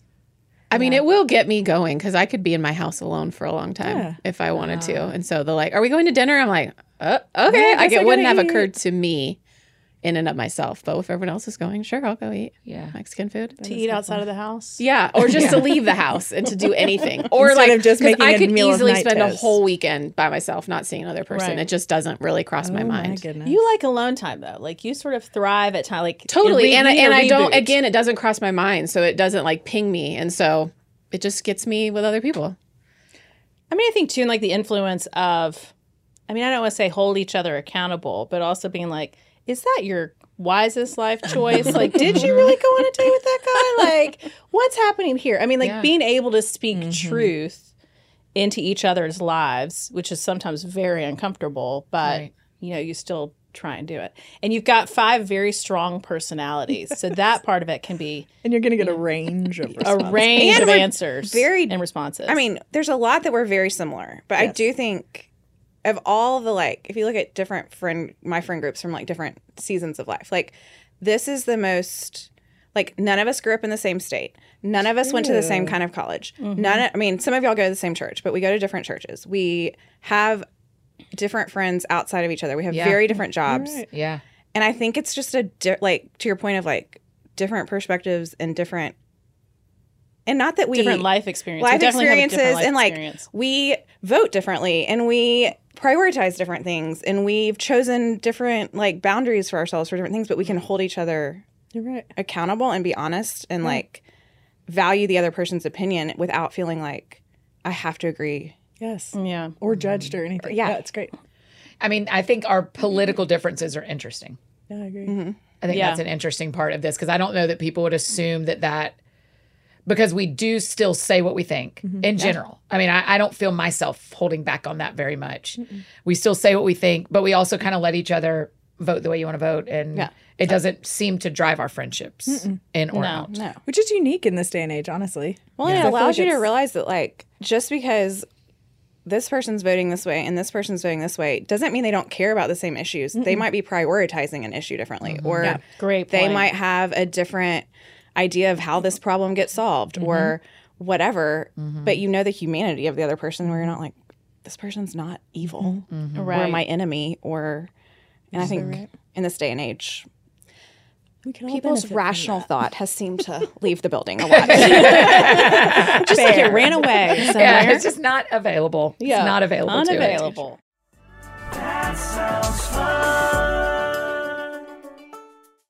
[SPEAKER 4] I mean, it will get me going because I could be in my house alone for a long time if I wanted to. And so they're like, "Are we going to dinner?" I'm like, uh, "Okay." I,
[SPEAKER 3] guess
[SPEAKER 4] it
[SPEAKER 3] Uh-huh. I
[SPEAKER 4] wouldn't have
[SPEAKER 3] gotta eat.
[SPEAKER 4] occurred to me in and of myself, but if everyone else is going, sure, I'll go eat
[SPEAKER 1] Yeah.
[SPEAKER 4] Mexican food.
[SPEAKER 5] To eat outside of the house.
[SPEAKER 4] Yeah, or just to leave the house and to do anything, or
[SPEAKER 3] Instead
[SPEAKER 4] like
[SPEAKER 3] of just
[SPEAKER 4] 'cause
[SPEAKER 3] making
[SPEAKER 4] I
[SPEAKER 3] a
[SPEAKER 4] could
[SPEAKER 3] meal of
[SPEAKER 4] easily
[SPEAKER 3] night
[SPEAKER 4] spend a
[SPEAKER 3] toast.
[SPEAKER 4] whole weekend by myself, not seeing another person.
[SPEAKER 5] Right.
[SPEAKER 4] It just doesn't really cross my mind.
[SPEAKER 3] Oh My goodness.
[SPEAKER 5] You like alone time though. Like you sort of thrive at time. Like
[SPEAKER 4] Totally,
[SPEAKER 5] you
[SPEAKER 4] and I,
[SPEAKER 5] need a
[SPEAKER 4] and I don't.
[SPEAKER 5] reboot.
[SPEAKER 4] Again, it doesn't cross my mind, so it doesn't like ping me, and so it just gets me with other people.
[SPEAKER 5] I mean, I think too, and like the influence of, I mean, I don't want to say hold each other accountable, but also being like, is that your wisest life choice? like, did you really go on a date with that guy? Like, what's happening here? I mean, like
[SPEAKER 1] Yeah.
[SPEAKER 5] being able to speak truth into each other's lives, which is sometimes very uncomfortable,
[SPEAKER 2] Uh,
[SPEAKER 5] but
[SPEAKER 1] Right.
[SPEAKER 5] you know, you still try and do it. And you've got five very strong personalities, so that part of it can be
[SPEAKER 3] and you're gonna get a range of
[SPEAKER 5] a
[SPEAKER 3] responses.
[SPEAKER 5] range
[SPEAKER 2] And
[SPEAKER 5] of
[SPEAKER 2] we're
[SPEAKER 5] answers,
[SPEAKER 2] very-
[SPEAKER 5] and responses.
[SPEAKER 2] I mean, there's a lot that were very similar, but I do think of all the like, if you look at different friend, my friend groups from like different seasons of life, like this is the most. Like none of us grew up in the same state. None of us went to the same kind of college.
[SPEAKER 5] Mm-hmm.
[SPEAKER 1] Mm-hmm.
[SPEAKER 2] None. Of, I mean, some of y'all go to the same church, but we go to different churches. We have different friends outside of each other. We have very different jobs,
[SPEAKER 1] Yeah.
[SPEAKER 2] And I think it's just a di- like to your point of like different perspectives and different and not that we
[SPEAKER 5] Different life experience. We
[SPEAKER 2] life
[SPEAKER 5] definitely have a different
[SPEAKER 2] experiences
[SPEAKER 5] life
[SPEAKER 2] and like
[SPEAKER 5] experience.
[SPEAKER 2] we vote differently and we prioritize different things and we've chosen different like boundaries for ourselves for different things but we can hold each other
[SPEAKER 3] You're right.
[SPEAKER 2] accountable and be honest
[SPEAKER 5] Hmm.
[SPEAKER 2] and like value the other person's opinion without feeling like I have to agree.
[SPEAKER 3] Yes.
[SPEAKER 5] yeah.
[SPEAKER 3] Or judged or anything.
[SPEAKER 2] Yeah.
[SPEAKER 3] Um, Yeah, it's great.
[SPEAKER 1] I mean, I think our political differences are interesting.
[SPEAKER 3] Yeah, I agree.
[SPEAKER 1] I think
[SPEAKER 5] Yeah.
[SPEAKER 1] that's an interesting part of this because I don't know that people would assume that that because we do still say what we think
[SPEAKER 2] Mm-hmm.
[SPEAKER 1] in general. I mean, I, I don't feel myself holding back on that very much. We still say what we think, but we also kind of let each other vote the way you want to vote, and it doesn't seem to drive our friendships in or out.
[SPEAKER 2] No.
[SPEAKER 3] Which is unique in this day and age, honestly.
[SPEAKER 2] Well, and it allows you to realize that like just because this person's voting this way and this person's voting this way doesn't mean they don't care about the same issues. They might be prioritizing an issue differently or
[SPEAKER 5] Great
[SPEAKER 2] they
[SPEAKER 5] point.
[SPEAKER 2] might have a different idea of how this problem gets solved or whatever, but you know the humanity of the other person where you're not like this person's not evil or
[SPEAKER 5] Right.
[SPEAKER 2] my enemy or and I think in this day and age
[SPEAKER 3] We can all
[SPEAKER 2] people's
[SPEAKER 3] benefit.
[SPEAKER 2] rational thought has seemed to leave the building a lot.
[SPEAKER 5] Just like it ran away somewhere.
[SPEAKER 1] Yeah, it's just not available.
[SPEAKER 5] Yeah.
[SPEAKER 1] It's not available. To us.
[SPEAKER 5] Unavailable.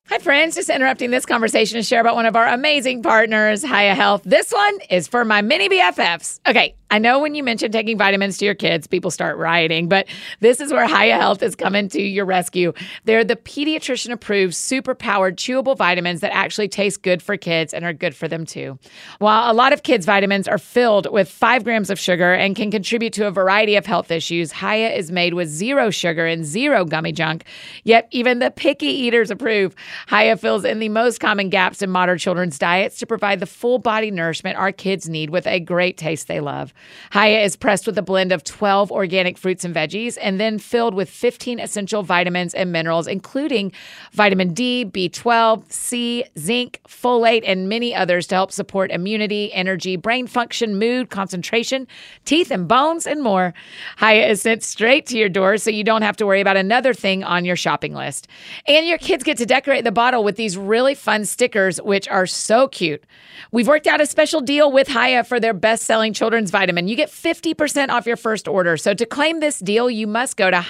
[SPEAKER 1] Hi, friends. Just interrupting this conversation to share about one of our amazing partners, Haya Health. This one is for my mini BFFs. Okay, I know when you mention taking vitamins to your kids, people start rioting, but this is where Haya Health is coming to your rescue. They're the pediatrician approved, super powered, chewable vitamins that actually taste good for kids and are good for them too. While a lot of kids' vitamins are filled with five grams of sugar and can contribute to a variety of health issues, Haya is made with zero sugar and zero gummy junk. Yet even the picky eaters approve. Haya fills in the most common gaps in modern children's diets to provide the full body nourishment our kids need with a great taste they love. Haya is pressed with a blend of 12 organic fruits and veggies and then filled with 15 essential vitamins and minerals, including vitamin D, B12, C, zinc, folate, and many others to help support immunity, energy, brain function, mood, concentration, teeth and bones, and more. Haya is sent straight to your door so you don't have to worry about another thing on your shopping list. And your kids get to decorate the bottle with these really fun stickers, which are so cute. We've worked out a special deal with Haya for their best selling children's vitamin. You get 50% off your first order. So to claim this deal, you must go to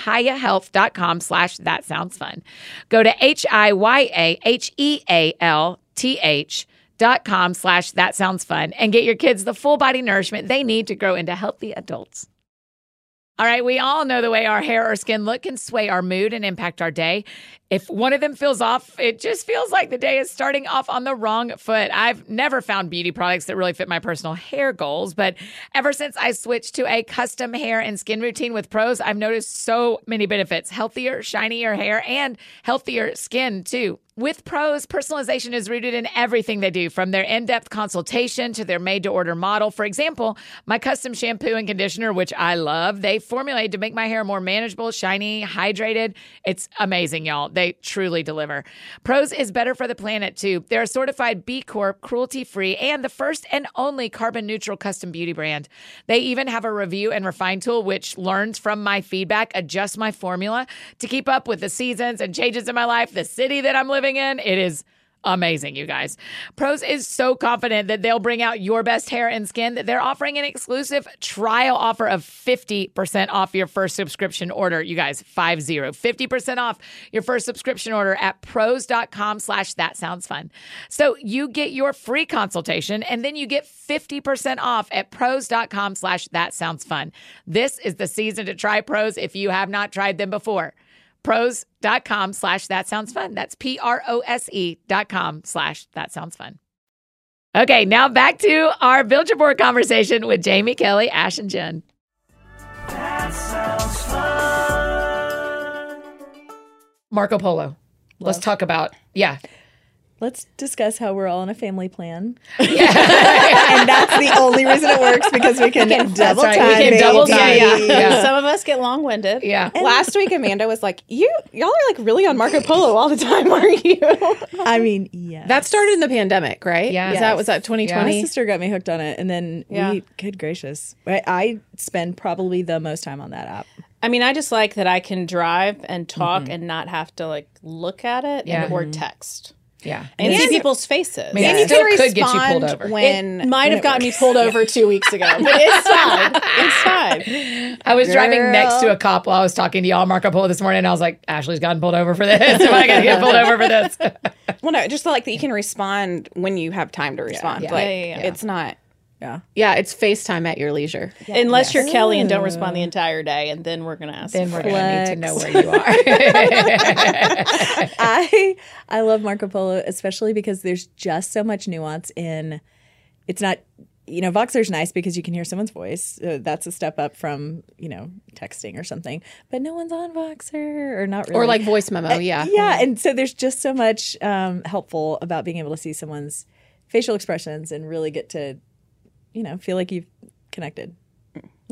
[SPEAKER 1] hayahealth.com slash that sounds fun. Go to H I Y A H E A L T H dot com slash that sounds fun and get your kids the full body nourishment they need to grow into healthy adults. All right, we all know the way our hair or skin look can sway our mood and impact our day. If one of them feels off, it just feels like the day is starting off on the wrong foot. I've never found beauty products that really fit my personal hair goals, but ever since I switched to a custom hair and skin routine with pros, I've noticed so many benefits healthier, shinier hair, and healthier skin, too. With pros, personalization is rooted in everything they do, from their in depth consultation to their made to order model. For example, my custom shampoo and conditioner, which I love, they formulated to make my hair more manageable, shiny, hydrated. It's amazing, y'all. They truly deliver. Pros is better for the planet, too. They're a certified B Corp, cruelty free, and the first and only carbon neutral custom beauty brand. They even have a review and refine tool, which learns from my feedback, adjusts my formula to keep up with the seasons and changes in my life, the city that I'm living in. It is amazing, you guys. Pros is so confident that they'll bring out your best hair and skin that they're offering an exclusive trial offer of 50% off your first subscription order. You guys, 50, 50% off your first subscription order at pros.com slash that sounds fun. So you get your free consultation and then you get 50% off at pros.com slash that sounds fun. This is the season to try pros if you have not tried them before pros.com slash that sounds fun. That's P R O S E dot com slash that sounds fun. Okay, now back to our Build Your Board conversation with Jamie, Kelly, Ash, and Jen. Marco Polo. Let's talk about, yeah.
[SPEAKER 3] Let's discuss how we're all on a family plan. and that's the only reason it works because we can, double
[SPEAKER 1] right,
[SPEAKER 3] time.
[SPEAKER 1] we can
[SPEAKER 3] baby.
[SPEAKER 1] double time.
[SPEAKER 3] Yeah, yeah.
[SPEAKER 1] Yeah.
[SPEAKER 5] Some of us get long winded.
[SPEAKER 1] Yeah.
[SPEAKER 2] Last week, Amanda was like, "You y'all are like really on Marco Polo all the time, aren't you?"
[SPEAKER 4] Oh.
[SPEAKER 3] I mean, yeah.
[SPEAKER 4] That started in the pandemic, right?
[SPEAKER 1] Yeah.
[SPEAKER 4] Is that was that
[SPEAKER 3] my
[SPEAKER 4] 2020?
[SPEAKER 3] sister got me hooked on it, and then we, good gracious, I, I spend probably the most time on that app.
[SPEAKER 5] I mean, I just like that I can drive and talk
[SPEAKER 2] Mm-hmm.
[SPEAKER 5] and not have to like look at it
[SPEAKER 1] Yeah.
[SPEAKER 5] and, or text
[SPEAKER 1] Yeah.
[SPEAKER 5] and see people's faces.
[SPEAKER 1] mean, it
[SPEAKER 2] you
[SPEAKER 1] still
[SPEAKER 2] can
[SPEAKER 1] could get you pulled
[SPEAKER 2] respond
[SPEAKER 1] over.
[SPEAKER 2] When
[SPEAKER 5] it might have gotten me pulled over two weeks ago, but it's fine. It's fine.
[SPEAKER 1] I was driving next to a cop while I was talking to y'all, Marco Polo, this morning, and I was like, Ashley's gotten pulled over for this. Am I going to get pulled over for this?
[SPEAKER 2] well, no, just like that you can respond when you have time to respond.
[SPEAKER 1] Yeah.
[SPEAKER 2] Like
[SPEAKER 5] Yeah, yeah, yeah.
[SPEAKER 2] it's not.
[SPEAKER 4] Yeah, it's FaceTime at your leisure.
[SPEAKER 5] Unless you're Kelly and don't respond the entire day, and then we're gonna ask.
[SPEAKER 1] Then
[SPEAKER 5] you
[SPEAKER 1] we're
[SPEAKER 5] for
[SPEAKER 1] going
[SPEAKER 5] it.
[SPEAKER 1] to need to know where you are.
[SPEAKER 3] I I love Marco Polo, especially because there's just so much nuance in. It's not, you know, Voxer's nice because you can hear someone's voice. Uh, that's a step up from you know texting or something. But no one's on Voxer or not really
[SPEAKER 4] Or like voice memo, Oh, Uh, yeah.
[SPEAKER 3] yeah, and so there's just so much um, helpful about being able to see someone's facial expressions and really get to, you know, feel like you've connected.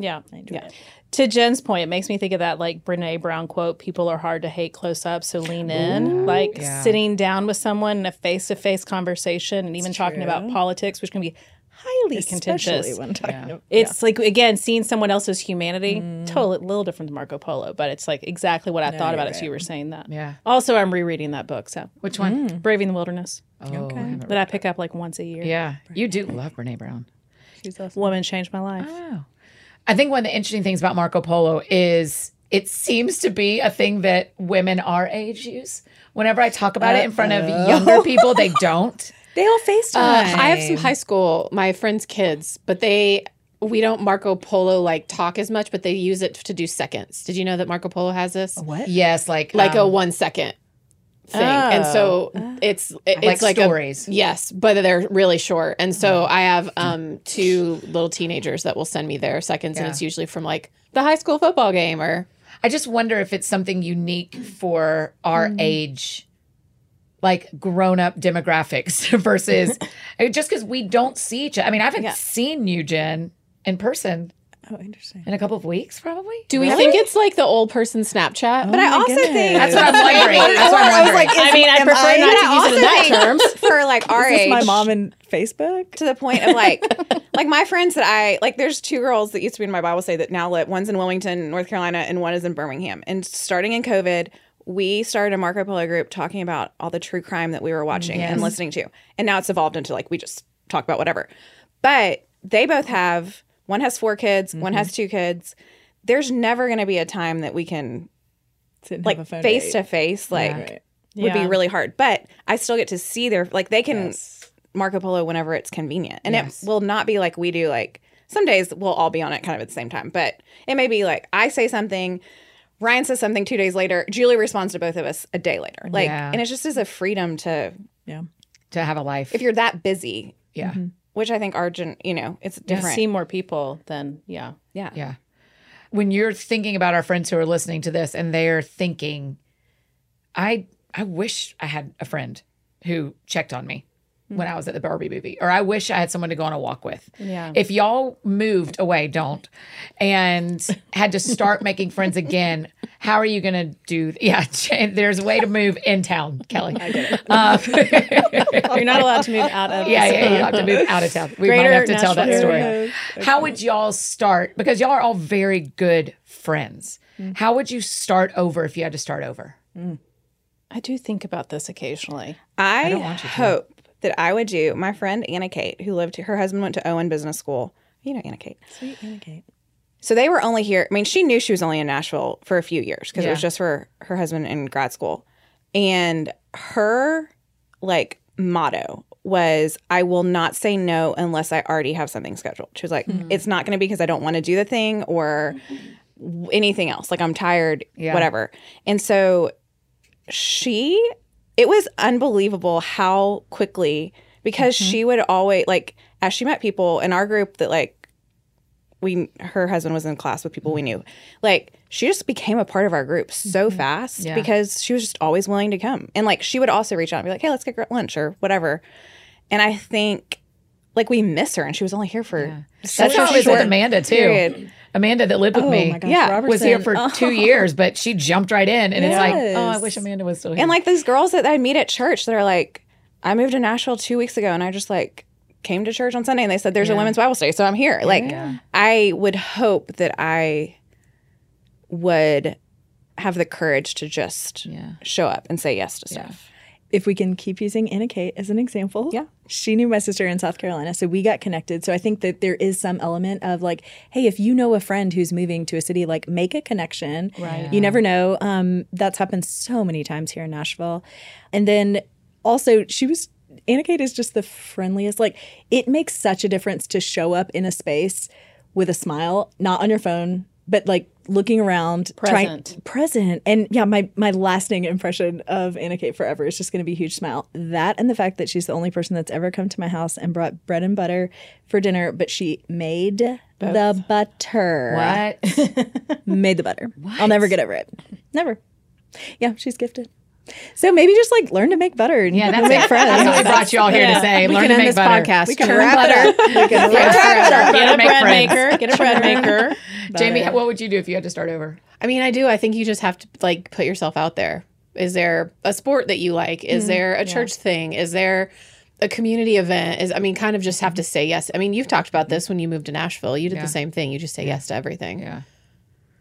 [SPEAKER 5] Yeah. yeah. To Jen's point, it makes me think of that like Brene Brown quote people are hard to hate close up, so lean in. like sitting down with someone in a face to face conversation and even talking about politics, which can be highly
[SPEAKER 3] Especially
[SPEAKER 5] contentious.
[SPEAKER 3] when talking to-
[SPEAKER 5] It's like, again, seeing someone else's humanity,
[SPEAKER 1] Mm.
[SPEAKER 5] totally little different than Marco Polo, but it's like exactly what I thought about it. So you were saying that.
[SPEAKER 1] Yeah.
[SPEAKER 5] Also, I'm rereading that book. So,
[SPEAKER 1] Which one?
[SPEAKER 5] Braving the Wilderness,
[SPEAKER 1] Oh, I haven't-
[SPEAKER 5] that I pick up like once a year.
[SPEAKER 1] yeah. You do love Brene Brown.
[SPEAKER 5] Woman changed my life.
[SPEAKER 1] Oh. I think one of the interesting things about Marco Polo is it seems to be a thing that women our age use. Whenever I talk about it in front of younger people, they don't.
[SPEAKER 3] They all FaceTime.
[SPEAKER 4] Uh, I have some high school, my friends' kids, but they we don't Marco Polo like talk as much, but they use it to do seconds. Did you know that Marco Polo has this?
[SPEAKER 3] what?
[SPEAKER 1] Yes, like
[SPEAKER 4] Like
[SPEAKER 1] um,
[SPEAKER 4] a one second thing, and so it's it-
[SPEAKER 1] Like
[SPEAKER 4] it's like,
[SPEAKER 1] stories.
[SPEAKER 4] A, yes, but they're really short, and so I have um two little teenagers that will send me their seconds, and it's usually from like the high school football game or
[SPEAKER 1] I just wonder if it's something unique for our age, like grown up demographics versus just because we don't see each other. I mean, I haven't seen you, Jen, in person
[SPEAKER 3] Oh, interesting.
[SPEAKER 1] in a couple of weeks, probably.
[SPEAKER 4] Do we think it's like the old person Snapchat?
[SPEAKER 2] But I also think
[SPEAKER 1] That's what I'm wondering. That's what I'm wondering.
[SPEAKER 5] I mean, I prefer not to use it in that term.
[SPEAKER 2] for like our
[SPEAKER 3] Is this
[SPEAKER 2] age,
[SPEAKER 3] my mom and Facebook?
[SPEAKER 2] to the point of like like my friends that I like there's two girls that used to be in my Bible say that now live one's in Wilmington, North Carolina and one is in Birmingham. And starting in COVID, we started a Marco Polo group talking about all the true crime that we were watching and listening to. And now it's evolved into like we just talk about whatever. But they both have one has four kids, one has two kids. There's never going to be a time that we can
[SPEAKER 3] Didn't have
[SPEAKER 2] like
[SPEAKER 3] a phone
[SPEAKER 2] face
[SPEAKER 3] date.
[SPEAKER 2] to face like
[SPEAKER 3] Right.
[SPEAKER 2] would
[SPEAKER 5] Yeah.
[SPEAKER 2] be really hard. But I still get to see their like they can Marco Polo whenever it's convenient, and it will not be like we do. Like some days we'll all be on it kind of at the same time, but it may be like I say something. Ryan says something two days later. Julie responds to both of us a day later. Like,
[SPEAKER 1] Yeah.
[SPEAKER 2] and it's just as a freedom to,
[SPEAKER 3] Yeah.
[SPEAKER 1] To have a life.
[SPEAKER 2] if you're that busy,
[SPEAKER 1] yeah.
[SPEAKER 2] which I think Argent, you know, it's different.
[SPEAKER 5] See more people than, yeah.
[SPEAKER 2] yeah.
[SPEAKER 1] Yeah. When you're thinking about our friends who are listening to this and they're thinking, I I wish I had a friend who checked on me when I was at the Barbie movie, or I wish I had someone to go on a walk with.
[SPEAKER 5] Yeah.
[SPEAKER 1] If y'all moved away, don't, and had to start making friends again, how are you gonna do? Yeah, there's a way to move in town, Kelly. Um, I get it.
[SPEAKER 5] You're not allowed to move out of
[SPEAKER 1] Yeah, yeah, you have to move out of town. We might
[SPEAKER 5] Greater
[SPEAKER 1] have to tell that
[SPEAKER 5] Nashville
[SPEAKER 1] story.
[SPEAKER 3] area.
[SPEAKER 1] How would y'all start? Because y'all are all very good friends. How would you start over if you had to start over?
[SPEAKER 5] I do think about this occasionally.
[SPEAKER 2] I, hope that I would do. My friend Anna Kate, who lived, her husband went to Owen Business School. You know Anna Kate. Sweet Anna Kate. So they were only here. I mean, she knew she was only in Nashville for a few years because it was just for her husband in grad school. And her like motto was, I will not say no unless I already have something scheduled. She was like, it's not going to be because I don't want to do the thing or anything else. Like I'm tired, whatever. And so she it was unbelievable how quickly because she would always like as she met people in our group that like we her husband was in class with people we knew like she just became a part of our group so fast because she was just always willing to come and like she would also reach out and be like hey let's get gr- lunch or whatever and i think like we miss her and she was only here for
[SPEAKER 1] That's how it was with Amanda too.
[SPEAKER 2] period.
[SPEAKER 1] Amanda that lived with
[SPEAKER 3] Oh
[SPEAKER 1] me
[SPEAKER 3] my gosh,
[SPEAKER 2] Yeah,
[SPEAKER 1] was here for two years, but she jumped right in, and it's like, oh, I
[SPEAKER 3] Yes.
[SPEAKER 1] wish Amanda was still here.
[SPEAKER 2] And like these girls that I meet at church that are like, I moved to Nashville two weeks ago and I just like came to church on Sunday and they said there's a women's Bible study, so I'm here. Like I would hope that I would have the courage to just
[SPEAKER 1] Yeah.
[SPEAKER 2] show up and say yes to stuff.
[SPEAKER 3] if we can keep using Anna Kate as an example, yeah, she knew my sister in South Carolina, so we got connected. So I think that there is some element of like, hey, if you know a friend who's moving to a city, like make a connection. Right. You never know. Um, that's happened so many times here in Nashville, and then also she was. Anna Kate is just the friendliest. Like, it makes such a difference to show up in a space with a smile, not on your phone, but like looking around, trying,
[SPEAKER 5] Present.
[SPEAKER 3] present. And yeah, my my lasting impression of Anna Kate forever is just going to be a huge smile. That and the fact that she's the only person that's ever come to my house and brought bread and butter for dinner, but she made the butter.
[SPEAKER 1] What?
[SPEAKER 3] Made the butter. I'll never get over it. Never. Yeah, she's gifted. So maybe just like learn to make butter and
[SPEAKER 1] Yeah, that's it. That's what we brought you all here to say.
[SPEAKER 4] We
[SPEAKER 1] Learn
[SPEAKER 4] can
[SPEAKER 1] to
[SPEAKER 4] end
[SPEAKER 1] make
[SPEAKER 4] this
[SPEAKER 1] butter.
[SPEAKER 4] podcast. We
[SPEAKER 3] can wrap it up. We can wrap it up.
[SPEAKER 1] Butter,
[SPEAKER 5] Get a
[SPEAKER 1] make
[SPEAKER 5] bread
[SPEAKER 1] friends.
[SPEAKER 5] maker. Get a bread maker.
[SPEAKER 1] Jamie, what would you do if you had to start over?
[SPEAKER 4] I mean, I do. I think you just have to like put yourself out there. Is there a sport that you like? Is
[SPEAKER 1] Mm-hmm.
[SPEAKER 4] there a church thing? Is there a community event? Is I mean, kind of just have to
[SPEAKER 1] Mm-hmm.
[SPEAKER 4] say yes. I mean, you've talked about this when you moved to Nashville. You did the same thing. You just say yes to everything.
[SPEAKER 1] Yeah.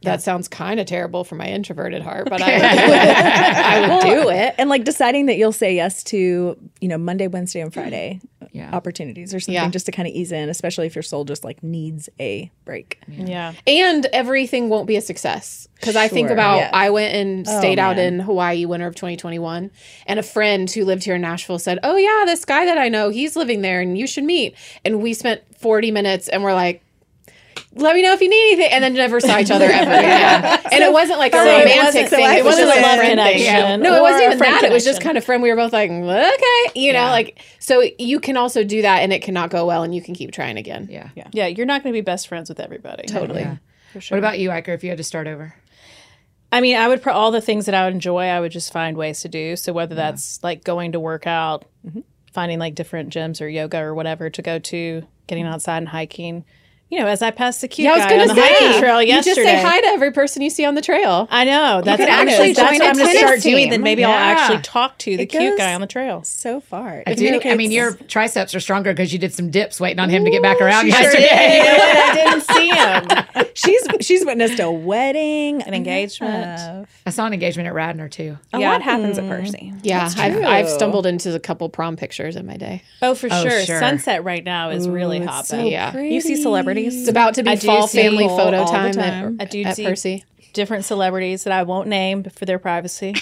[SPEAKER 4] That sounds kind of terrible for my introverted heart, but I would, I would do it.
[SPEAKER 3] And like deciding that you'll say yes to, you know, Monday, Wednesday, and Friday
[SPEAKER 1] Yeah.
[SPEAKER 3] opportunities or something
[SPEAKER 4] Yeah.
[SPEAKER 3] just to kind of ease in, especially if your soul just like needs a break.
[SPEAKER 5] Yeah.
[SPEAKER 4] and everything won't be a success because i think
[SPEAKER 1] Sure.
[SPEAKER 4] about
[SPEAKER 3] Yes.
[SPEAKER 4] i went and stayed out in hawaii winter of 2021 and a friend who lived here in nashville said oh yeah this guy that i know he's living there and you should meet and we spent 40 minutes and we're like let me know if you need anything and then never saw each other ever again and it wasn't like a
[SPEAKER 3] it
[SPEAKER 4] romantic
[SPEAKER 3] wasn't- so
[SPEAKER 4] thing
[SPEAKER 3] I
[SPEAKER 4] it wasn't
[SPEAKER 3] was
[SPEAKER 4] a
[SPEAKER 3] just
[SPEAKER 4] love
[SPEAKER 3] a
[SPEAKER 4] friend thing
[SPEAKER 5] connection
[SPEAKER 4] no it
[SPEAKER 5] or
[SPEAKER 4] wasn't
[SPEAKER 5] a
[SPEAKER 4] even that
[SPEAKER 5] friend
[SPEAKER 4] it was just
[SPEAKER 5] connection.
[SPEAKER 4] kind of friend we were both like okay you know like so you can also do that and it cannot go well and you can keep trying again
[SPEAKER 1] Yeah. Yeah.
[SPEAKER 5] Yeah. You're not going to be best friends with everybody.
[SPEAKER 4] totally
[SPEAKER 1] What about you, Iker, if you had to start over?
[SPEAKER 5] I mean, I would pro- all the things that I would enjoy, I would just find ways to do. So whether that's like going to work out,
[SPEAKER 4] Mm-hmm.
[SPEAKER 5] finding like different gyms or yoga or whatever to go to, getting outside and hiking. You know, as I passed the cute
[SPEAKER 4] Yeah, I was
[SPEAKER 5] guy on
[SPEAKER 4] going
[SPEAKER 5] the
[SPEAKER 4] to say.
[SPEAKER 5] hiking trail
[SPEAKER 4] you just
[SPEAKER 5] yesterday,
[SPEAKER 4] say hi to every person you see on the trail.
[SPEAKER 5] I know that's
[SPEAKER 4] could
[SPEAKER 5] what it
[SPEAKER 4] actually
[SPEAKER 5] is. that's
[SPEAKER 4] join
[SPEAKER 5] what
[SPEAKER 4] a
[SPEAKER 5] I'm going to start
[SPEAKER 4] tennis
[SPEAKER 5] doing.
[SPEAKER 4] team.
[SPEAKER 5] Then maybe
[SPEAKER 1] Yeah.
[SPEAKER 5] I'll actually talk to the
[SPEAKER 3] It
[SPEAKER 5] cute guy
[SPEAKER 3] goes-
[SPEAKER 5] on the trail.
[SPEAKER 3] So far.
[SPEAKER 1] I do. I mean, your triceps are stronger because you did some dips waiting on him to get back around
[SPEAKER 3] she sure
[SPEAKER 1] yesterday.
[SPEAKER 5] I didn't see him.
[SPEAKER 3] she's she's witnessed a wedding,
[SPEAKER 5] An engagement.
[SPEAKER 1] I saw an engagement at Radnor too.
[SPEAKER 3] Oh.
[SPEAKER 2] A lot happens
[SPEAKER 3] Mm.
[SPEAKER 2] at Percy.
[SPEAKER 4] Yeah, I've, I've stumbled into a couple prom pictures in my day.
[SPEAKER 5] Oh, for sure.
[SPEAKER 1] sure.
[SPEAKER 5] Sunset right now is really hot.
[SPEAKER 4] yeah,
[SPEAKER 2] You see
[SPEAKER 4] it's
[SPEAKER 2] celebrities.
[SPEAKER 4] about to be
[SPEAKER 5] I do
[SPEAKER 4] fall
[SPEAKER 5] see
[SPEAKER 4] family
[SPEAKER 5] people
[SPEAKER 4] photo
[SPEAKER 5] all the
[SPEAKER 4] time,
[SPEAKER 5] time. I
[SPEAKER 4] at,
[SPEAKER 5] do
[SPEAKER 4] at
[SPEAKER 5] see-
[SPEAKER 4] Percy.
[SPEAKER 5] different celebrities that I won't name for their privacy.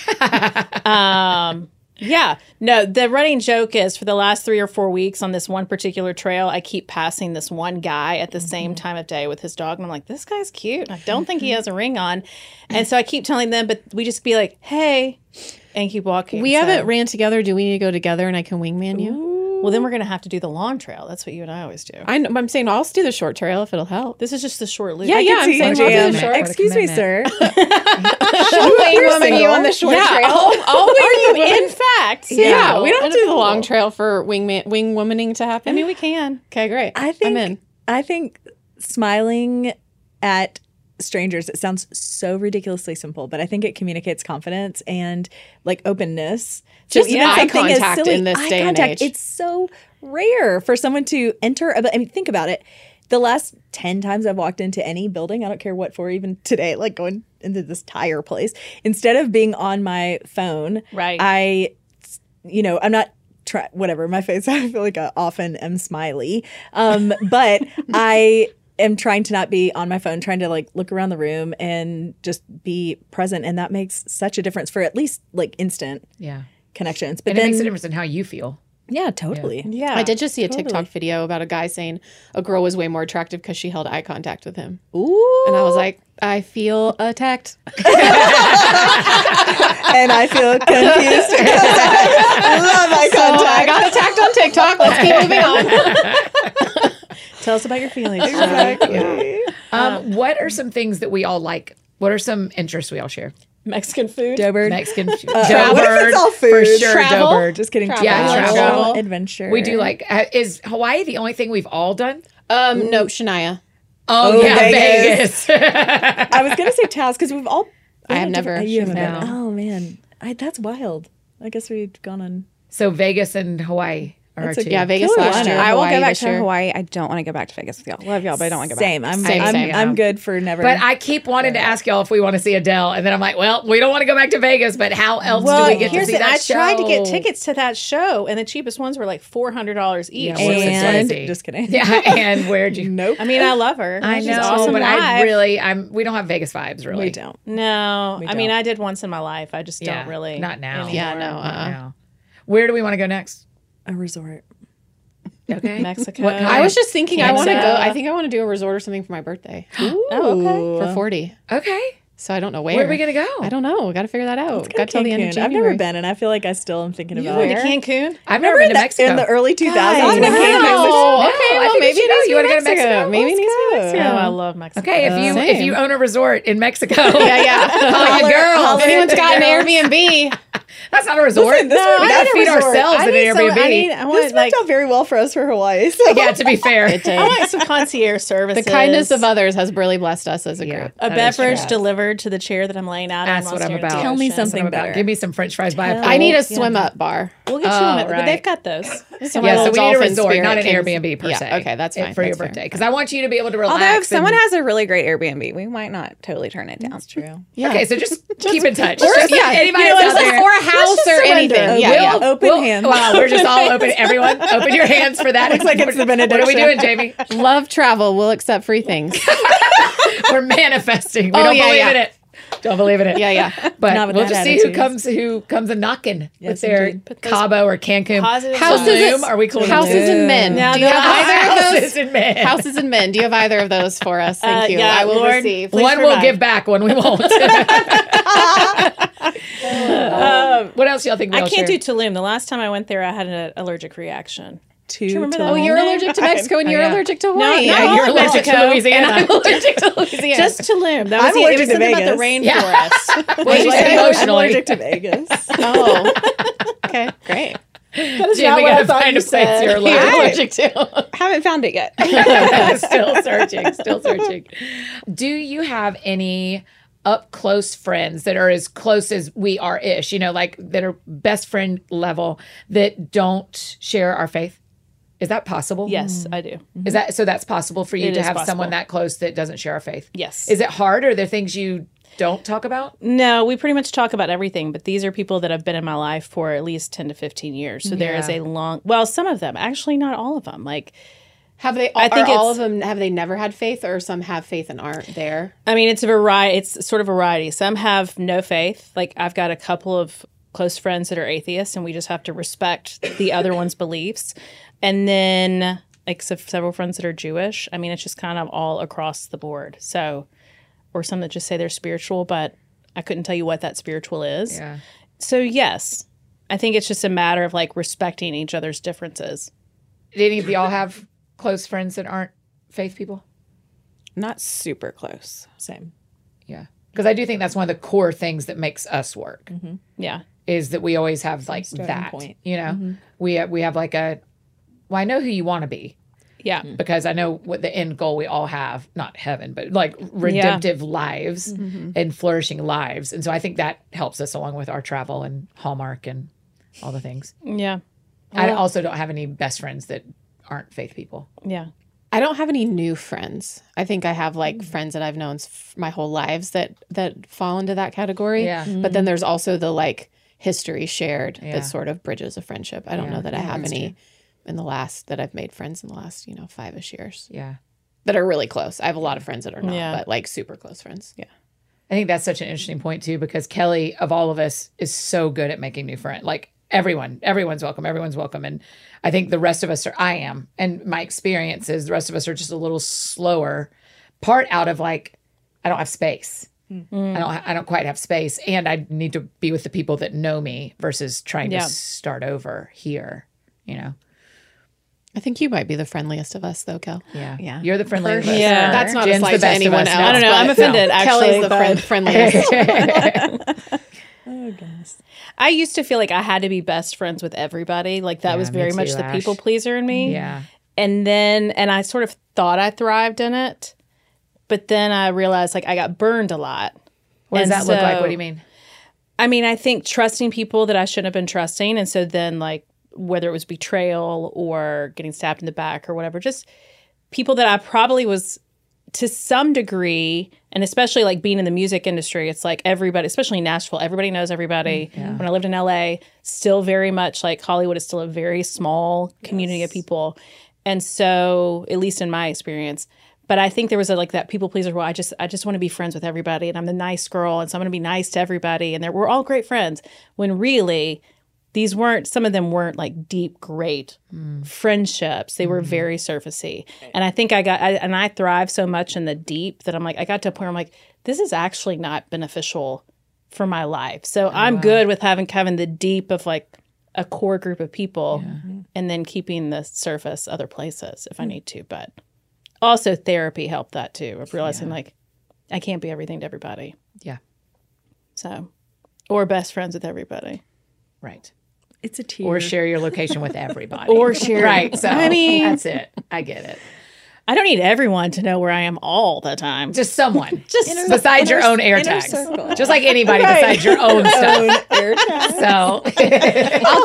[SPEAKER 5] um, yeah, no, the running joke is for the last three or four weeks on this one particular trail, I keep passing this one guy at the
[SPEAKER 4] Mm-hmm.
[SPEAKER 5] same time of day with his dog. And I'm like, this guy's cute. I don't think he has a ring on. And so I keep telling them, but we just be like, hey, and keep walking.
[SPEAKER 4] We
[SPEAKER 5] So-
[SPEAKER 4] haven't ran together. Do we need to go together and I can wingman you?
[SPEAKER 5] Well, then we're going to have to do the long trail. That's what you and I always do.
[SPEAKER 4] I know, I'm saying I'll do the short trail if it'll help.
[SPEAKER 5] This is just the short loop.
[SPEAKER 4] Yeah,
[SPEAKER 5] I
[SPEAKER 4] yeah,
[SPEAKER 5] can
[SPEAKER 4] I'm
[SPEAKER 5] see
[SPEAKER 4] saying
[SPEAKER 5] you
[SPEAKER 4] I'll do
[SPEAKER 1] Jamie.
[SPEAKER 4] the
[SPEAKER 1] What
[SPEAKER 4] short.
[SPEAKER 1] a
[SPEAKER 3] Excuse me, sir.
[SPEAKER 4] Wing woman,
[SPEAKER 3] single.
[SPEAKER 4] you on the short trail? I'll, I'll wing you.
[SPEAKER 5] In fact,
[SPEAKER 4] Yeah, we don't have to do the long trail for wingman wing womaning to happen.
[SPEAKER 5] I mean, we can.
[SPEAKER 4] okay, great.
[SPEAKER 3] I think
[SPEAKER 4] I'm in.
[SPEAKER 3] I think smiling at strangers it sounds so ridiculously simple, but I think it communicates confidence and like openness. So
[SPEAKER 4] Just eye contact in this day and age.
[SPEAKER 3] It's so rare for someone to enter. A, bu- I mean, think about it. The last 10 times I've walked into any building, I don't care what for, even today, like going into this tire place, instead of being on my phone,
[SPEAKER 5] Right.
[SPEAKER 3] I you know, I'm not try whatever my face. I feel like I often am smiley, um, but I am trying to not be on my phone, trying to like look around the room and just be present, and that makes such a difference for at least like instant
[SPEAKER 1] Yeah.
[SPEAKER 3] connections. But
[SPEAKER 1] And it
[SPEAKER 3] then,
[SPEAKER 1] makes a difference in how you feel.
[SPEAKER 3] yeah, totally.
[SPEAKER 5] Yeah.
[SPEAKER 4] I did just see a TikTok video about a guy saying a girl was way more attractive because she held eye contact with him.
[SPEAKER 3] Ooh,
[SPEAKER 4] And I was like, I feel attacked.
[SPEAKER 3] and I feel confused. because I love eye
[SPEAKER 4] Oh,
[SPEAKER 3] contact.
[SPEAKER 4] I got attacked on TikTok. Let's keep moving on.
[SPEAKER 5] Tell us about your feelings.
[SPEAKER 3] Exactly. Uh,
[SPEAKER 1] Um, what are some things that we all like? What are some interests we all share?
[SPEAKER 6] Mexican food.
[SPEAKER 3] Doberd.
[SPEAKER 1] Mexican food.
[SPEAKER 3] Uh,
[SPEAKER 1] Dough
[SPEAKER 3] what if
[SPEAKER 1] bird,
[SPEAKER 3] it's all food?
[SPEAKER 1] For sure,
[SPEAKER 4] Travel?
[SPEAKER 1] dough bird.
[SPEAKER 3] Just kidding.
[SPEAKER 1] Yeah, travel.
[SPEAKER 3] adventure.
[SPEAKER 1] We do like, uh, is Hawaii the only thing we've all done?
[SPEAKER 4] Um, no, Shania.
[SPEAKER 1] Oh,
[SPEAKER 3] Oh,
[SPEAKER 1] yeah,
[SPEAKER 3] Vegas.
[SPEAKER 1] Vegas.
[SPEAKER 3] I was gonna say Taz because we've all.
[SPEAKER 4] I have
[SPEAKER 3] Yeah,
[SPEAKER 4] never.
[SPEAKER 3] different- You haven't
[SPEAKER 1] No.
[SPEAKER 3] been. Oh man, I, that's wild. I guess we've gone on.
[SPEAKER 1] so Vegas and Hawaii.
[SPEAKER 4] or two. Yeah, Vegas
[SPEAKER 3] killer lineup.
[SPEAKER 4] last year.
[SPEAKER 2] I will
[SPEAKER 4] Hawaii
[SPEAKER 2] go back
[SPEAKER 4] this
[SPEAKER 2] to
[SPEAKER 4] year.
[SPEAKER 2] Hawaii. I don't want to go back to Vegas with y'all. Love y'all, but I don't want to go
[SPEAKER 3] Same.
[SPEAKER 2] back.
[SPEAKER 3] I'm
[SPEAKER 1] Same,
[SPEAKER 3] I'm,
[SPEAKER 1] same.
[SPEAKER 3] I'm good for never.
[SPEAKER 1] But I keep wanting to ask y'all if we want to see Adele, and then I'm like, well, we don't want to go back to Vegas, but how else do we get to
[SPEAKER 5] Oh, Here's
[SPEAKER 1] see
[SPEAKER 5] it.
[SPEAKER 1] that
[SPEAKER 5] I
[SPEAKER 1] show?
[SPEAKER 5] tried to get tickets to that show, and the cheapest ones were like four hundred dollars each.
[SPEAKER 1] Yeah, we're
[SPEAKER 3] and
[SPEAKER 1] crazy.
[SPEAKER 3] just kidding.
[SPEAKER 1] Yeah, and where'd you?
[SPEAKER 3] Nope.
[SPEAKER 5] I mean, I love her.
[SPEAKER 1] I
[SPEAKER 5] She's
[SPEAKER 1] know,
[SPEAKER 5] awesome
[SPEAKER 1] but I
[SPEAKER 5] live.
[SPEAKER 1] really, I'm. We don't have Vegas vibes, really.
[SPEAKER 3] we don't.
[SPEAKER 5] no. I mean,
[SPEAKER 3] don't.
[SPEAKER 5] I did once in my life. I just
[SPEAKER 1] Yeah,
[SPEAKER 5] don't really.
[SPEAKER 1] Not now.
[SPEAKER 5] anymore.
[SPEAKER 4] Yeah, no.
[SPEAKER 1] Not
[SPEAKER 4] Uh,
[SPEAKER 1] now. Where do we want to go next?
[SPEAKER 3] A resort.
[SPEAKER 1] Okay.
[SPEAKER 5] Mexico.
[SPEAKER 3] Uh,
[SPEAKER 1] What kind?
[SPEAKER 4] I was just thinking, I want to go.
[SPEAKER 5] Canada.
[SPEAKER 4] I think I want to do a resort or something for my birthday
[SPEAKER 5] Oh,
[SPEAKER 4] for forty.
[SPEAKER 1] okay.
[SPEAKER 4] So I don't know where.
[SPEAKER 1] Where are we gonna go?
[SPEAKER 4] I don't know. Got to figure that out. Got till the end
[SPEAKER 3] Cancun.
[SPEAKER 4] of
[SPEAKER 3] I've
[SPEAKER 4] January.
[SPEAKER 3] never been, and I feel like I still am thinking about
[SPEAKER 5] okay.
[SPEAKER 3] it.
[SPEAKER 5] To Cancun.
[SPEAKER 1] I've never been to
[SPEAKER 3] That-
[SPEAKER 1] Mexico.
[SPEAKER 3] in the early 2000s.
[SPEAKER 1] I've
[SPEAKER 3] when
[SPEAKER 1] never
[SPEAKER 3] we
[SPEAKER 1] been
[SPEAKER 3] came
[SPEAKER 1] to
[SPEAKER 3] back-
[SPEAKER 1] Mexico.
[SPEAKER 4] Oh,
[SPEAKER 1] No,
[SPEAKER 4] okay.
[SPEAKER 1] I
[SPEAKER 4] Well,
[SPEAKER 1] think we
[SPEAKER 4] maybe
[SPEAKER 1] should
[SPEAKER 4] it
[SPEAKER 1] go.
[SPEAKER 4] needs
[SPEAKER 1] You
[SPEAKER 4] to
[SPEAKER 1] wanna
[SPEAKER 4] be
[SPEAKER 1] go to Mexico?
[SPEAKER 4] Maybe it needs to be Mexico.
[SPEAKER 5] Oh, I love Mexico.
[SPEAKER 1] okay, if you if
[SPEAKER 4] Same.
[SPEAKER 1] you own a resort in Mexico, yeah,
[SPEAKER 4] yeah.
[SPEAKER 1] call your girl.
[SPEAKER 4] If anyone's got an Airbnb,
[SPEAKER 1] That's not a resort.
[SPEAKER 3] this
[SPEAKER 1] no,
[SPEAKER 3] would-
[SPEAKER 1] we
[SPEAKER 3] I
[SPEAKER 1] gotta
[SPEAKER 3] need a
[SPEAKER 1] feed
[SPEAKER 3] resort.
[SPEAKER 1] ourselves
[SPEAKER 5] I
[SPEAKER 1] in
[SPEAKER 5] need
[SPEAKER 1] an
[SPEAKER 5] some-
[SPEAKER 1] Airbnb.
[SPEAKER 5] I need. I
[SPEAKER 3] This
[SPEAKER 5] want
[SPEAKER 3] worked
[SPEAKER 5] like.
[SPEAKER 3] out very well for us for Hawaii. So.
[SPEAKER 1] yeah, to be fair,
[SPEAKER 5] I want some concierge
[SPEAKER 4] the
[SPEAKER 5] services.
[SPEAKER 4] kindness of others has really blessed us as a
[SPEAKER 1] Yeah.
[SPEAKER 4] group.
[SPEAKER 5] a
[SPEAKER 1] That is true.
[SPEAKER 5] beverage delivered to the chair that I'm laying out.
[SPEAKER 1] That's what
[SPEAKER 5] on while
[SPEAKER 1] I'm
[SPEAKER 5] staring at
[SPEAKER 1] about.
[SPEAKER 5] the
[SPEAKER 3] Tell me
[SPEAKER 5] ocean.
[SPEAKER 1] That's what
[SPEAKER 3] something
[SPEAKER 1] I'm about.
[SPEAKER 3] better.
[SPEAKER 1] Give me some French fries by a pool.
[SPEAKER 4] I need a swim up bar.
[SPEAKER 5] We'll get you
[SPEAKER 1] Oh,
[SPEAKER 5] on it,
[SPEAKER 1] right.
[SPEAKER 5] but they've got those. So
[SPEAKER 1] Yeah,
[SPEAKER 4] Well,
[SPEAKER 1] so
[SPEAKER 4] it's
[SPEAKER 1] we
[SPEAKER 4] all
[SPEAKER 1] need a
[SPEAKER 4] for
[SPEAKER 1] resort,
[SPEAKER 4] spirit.
[SPEAKER 1] not an
[SPEAKER 4] Can-
[SPEAKER 1] Airbnb per
[SPEAKER 4] yeah,
[SPEAKER 1] se.
[SPEAKER 4] okay, that's fine,
[SPEAKER 1] For your
[SPEAKER 4] that's fair.
[SPEAKER 1] birthday, because I want you to be able to relax.
[SPEAKER 2] Although if someone
[SPEAKER 1] and-
[SPEAKER 2] has a really great Airbnb, we might not totally turn it down. That's true.
[SPEAKER 4] Yeah.
[SPEAKER 1] okay, so just keep in touch. Just
[SPEAKER 4] yeah,
[SPEAKER 1] anybody
[SPEAKER 4] you know,
[SPEAKER 1] that's
[SPEAKER 4] it's
[SPEAKER 1] out
[SPEAKER 4] like-
[SPEAKER 1] there.
[SPEAKER 4] or a house or
[SPEAKER 3] surrender.
[SPEAKER 4] anything. Yeah,
[SPEAKER 3] We'll-
[SPEAKER 4] yeah.
[SPEAKER 3] Open hands.
[SPEAKER 1] Wow, we're just all open. Everyone, open your hands for that. It's like it's the benediction. What are we doing, Jamie?
[SPEAKER 4] Love travel. We'll accept free things.
[SPEAKER 1] We're manifesting. We
[SPEAKER 4] Oh,
[SPEAKER 1] don't
[SPEAKER 4] yeah,
[SPEAKER 1] believe
[SPEAKER 4] yeah.
[SPEAKER 1] in it. Don't believe in it.
[SPEAKER 4] Yeah, yeah.
[SPEAKER 1] But
[SPEAKER 3] Not with
[SPEAKER 1] we'll
[SPEAKER 3] that
[SPEAKER 1] just see who
[SPEAKER 3] attitude.
[SPEAKER 1] comes who comes a knocking with their
[SPEAKER 3] indeed.
[SPEAKER 1] Cabo or Cancun.
[SPEAKER 5] positive
[SPEAKER 1] Houses
[SPEAKER 5] vibes.
[SPEAKER 1] in- are we cool? with
[SPEAKER 4] Houses
[SPEAKER 1] Zoom?
[SPEAKER 4] and men.
[SPEAKER 5] Now
[SPEAKER 4] Do you
[SPEAKER 5] they're
[SPEAKER 4] have either of
[SPEAKER 1] houses
[SPEAKER 4] those?
[SPEAKER 1] and men.
[SPEAKER 4] Houses and men. Do you have either of those for us? Thank
[SPEAKER 5] Uh,
[SPEAKER 4] you.
[SPEAKER 5] yeah,
[SPEAKER 4] I will
[SPEAKER 5] Lord.
[SPEAKER 4] receive.
[SPEAKER 5] Please
[SPEAKER 1] one we'll
[SPEAKER 5] provide.
[SPEAKER 1] give back, one we won't. Um, what else y'all think?
[SPEAKER 5] I
[SPEAKER 1] we'll
[SPEAKER 5] can't
[SPEAKER 1] share?
[SPEAKER 5] do Tulum. The last time I went there, I had an allergic reaction.
[SPEAKER 3] Do you
[SPEAKER 5] remember that?
[SPEAKER 4] Oh, you're allergic to Mexico and you're
[SPEAKER 1] yeah.
[SPEAKER 4] allergic to Hawaii.
[SPEAKER 5] no,
[SPEAKER 1] Yeah, you're allergic to
[SPEAKER 5] Mexico.
[SPEAKER 1] Louisiana.
[SPEAKER 5] And
[SPEAKER 1] allergic to Louisiana.
[SPEAKER 5] Just Tulum. That was
[SPEAKER 3] I'm
[SPEAKER 5] the, it
[SPEAKER 3] allergic
[SPEAKER 5] was
[SPEAKER 3] to
[SPEAKER 5] something about the
[SPEAKER 3] Vegas.
[SPEAKER 5] rainforest.
[SPEAKER 1] Well, you said
[SPEAKER 3] I'm
[SPEAKER 1] emotionally.
[SPEAKER 3] allergic to Vegas.
[SPEAKER 4] Oh. okay. Great.
[SPEAKER 1] Jim, we gotta find a place you're allergic, allergic to.
[SPEAKER 2] Haven't found it yet.
[SPEAKER 1] still searching. Still searching. Do you have any up close friends that are as close as we are ish? You know, like that are best friend level that don't share our faith. Is that possible?
[SPEAKER 5] yes, I do.
[SPEAKER 1] Is that so? That's possible for you
[SPEAKER 5] It
[SPEAKER 1] to
[SPEAKER 5] is
[SPEAKER 1] have someone
[SPEAKER 5] possible.
[SPEAKER 1] that close that doesn't share our faith.
[SPEAKER 5] Yes.
[SPEAKER 1] Is it hard? Are there things you don't talk about?
[SPEAKER 5] No, we pretty much talk about everything, but these are people that have been in my life for at least 10 to 15 years. So there is a long, well, some of them, actually not all of them. Like,
[SPEAKER 4] Have they?
[SPEAKER 5] I think
[SPEAKER 4] are all
[SPEAKER 5] it's-
[SPEAKER 4] of them. Have they never had faith, or some have faith and aren't there?
[SPEAKER 5] I mean, it's a variety. It's sort of variety. Some have no faith. Like I've got a couple of close friends that are atheists, and we just have to respect the other one's beliefs. And then, like so several friends that are Jewish. I mean, it's just kind of all across the board. So, or some that just say they're spiritual, but I couldn't tell you what that spiritual is.
[SPEAKER 1] Yeah.
[SPEAKER 5] So yes, I think it's just a matter of like respecting each other's differences.
[SPEAKER 1] Did any of y'all have close friends that aren't faith people?
[SPEAKER 2] Not super close.
[SPEAKER 3] Same.
[SPEAKER 1] Yeah. Because I do think that's one of the core things that makes us work
[SPEAKER 5] Mm-hmm. Yeah.
[SPEAKER 1] is that we always have like that.
[SPEAKER 3] point.
[SPEAKER 1] You know,
[SPEAKER 5] Mm-hmm.
[SPEAKER 1] we uh, we have like a. Well, I know who you want to be
[SPEAKER 5] Yeah.
[SPEAKER 1] because I know what the end goal we all have, not heaven, but like redemptive lives
[SPEAKER 5] Mm-hmm.
[SPEAKER 1] and flourishing lives. And so I think that helps us along with our travel and Hallmark and all the things.
[SPEAKER 4] Hmm.
[SPEAKER 5] Yeah.
[SPEAKER 1] I also don't have any best friends that aren't faith people.
[SPEAKER 5] Yeah.
[SPEAKER 4] I don't have any new friends. I think I have like
[SPEAKER 5] Mm.
[SPEAKER 4] friends that I've known f- my whole lives that that fall into that category.
[SPEAKER 1] Yeah.
[SPEAKER 4] But
[SPEAKER 5] Mm.
[SPEAKER 4] then there's also the like history shared
[SPEAKER 1] Yeah.
[SPEAKER 4] that sort of bridges a friendship. I don't know that I have any in the last that I've made friends in the last you know five ish years
[SPEAKER 1] Yeah.
[SPEAKER 4] that are really close. I have a lot of friends that are not,
[SPEAKER 5] Yeah.
[SPEAKER 4] but like super close friends. Yeah.
[SPEAKER 1] I think that's such an interesting point too, because Kelly of all of us is so good at making new friends. Like everyone, everyone's welcome, everyone's welcome, and I think the rest of us are. I am, and my experience is the rest of us are just a little slower. Part out of like, I don't have space.
[SPEAKER 5] Hmm.
[SPEAKER 1] I don't. I don't quite have space, and I need to be with the people that know me versus trying
[SPEAKER 5] Yeah.
[SPEAKER 1] to start over here. You know.
[SPEAKER 4] I think you might be the friendliest of us though, Kel.
[SPEAKER 1] Yeah.
[SPEAKER 3] Yeah.
[SPEAKER 1] You're the friendly.
[SPEAKER 5] sure. Yeah.
[SPEAKER 4] That's not a
[SPEAKER 1] Jen's the
[SPEAKER 4] slight to
[SPEAKER 1] best of
[SPEAKER 4] anyone
[SPEAKER 1] us.
[SPEAKER 4] else.
[SPEAKER 1] No,
[SPEAKER 5] I don't know.
[SPEAKER 4] but
[SPEAKER 5] I'm offended. actually,
[SPEAKER 4] Kelly's the
[SPEAKER 5] but-
[SPEAKER 4] friend friendliest.
[SPEAKER 5] I used to feel like I had to be best friends with everybody. Like that
[SPEAKER 1] Yeah,
[SPEAKER 5] was
[SPEAKER 1] me
[SPEAKER 5] very
[SPEAKER 1] too,
[SPEAKER 5] much the
[SPEAKER 1] Ash.
[SPEAKER 5] people pleaser in me.
[SPEAKER 1] Yeah.
[SPEAKER 5] And then, and I sort of thought I thrived in it, but then I realized like I got burned a lot.
[SPEAKER 1] What does
[SPEAKER 5] And
[SPEAKER 1] that look like? What
[SPEAKER 5] so-
[SPEAKER 1] do you mean?
[SPEAKER 5] I mean, I think trusting people that I shouldn't have been trusting. And so then, like, whether it was betrayal or getting stabbed in the back or whatever, just people that I probably was to some degree, and especially like being in the music industry, it's like everybody, especially in Nashville, everybody knows everybody. When I lived in LA, still very much like Hollywood is still a very small community of people. And so, at least in my experience, but I think there was a, like that people pleaser. Well, I just I just want to be friends with everybody, and I'm the nice girl, and so I'm going to be nice to everybody, and they're, we're all great friends. When really, these weren't some of them weren't like deep great friendships they were very surfacey and i think i got I, and i thrive so much in the deep that i'm like i got to a point where i'm like this is actually not beneficial for my life so i'm good with having having the deep of like a core group of people and then keeping the surface other places if i need to but also therapy helped that too of realizing like i can't be everything to everybody
[SPEAKER 1] Yeah.
[SPEAKER 5] so or best friends with everybody
[SPEAKER 1] Right.
[SPEAKER 3] It's a tear.
[SPEAKER 1] Or share your location with everybody.
[SPEAKER 5] Or share-
[SPEAKER 1] Right. So
[SPEAKER 5] I mean-
[SPEAKER 1] that's it. I get it.
[SPEAKER 5] I don't need everyone to know where I am all the time.
[SPEAKER 1] Just someone. Just besides your own air tags.
[SPEAKER 2] circle.
[SPEAKER 1] Just like anybody besides your own stuff. So
[SPEAKER 2] I'll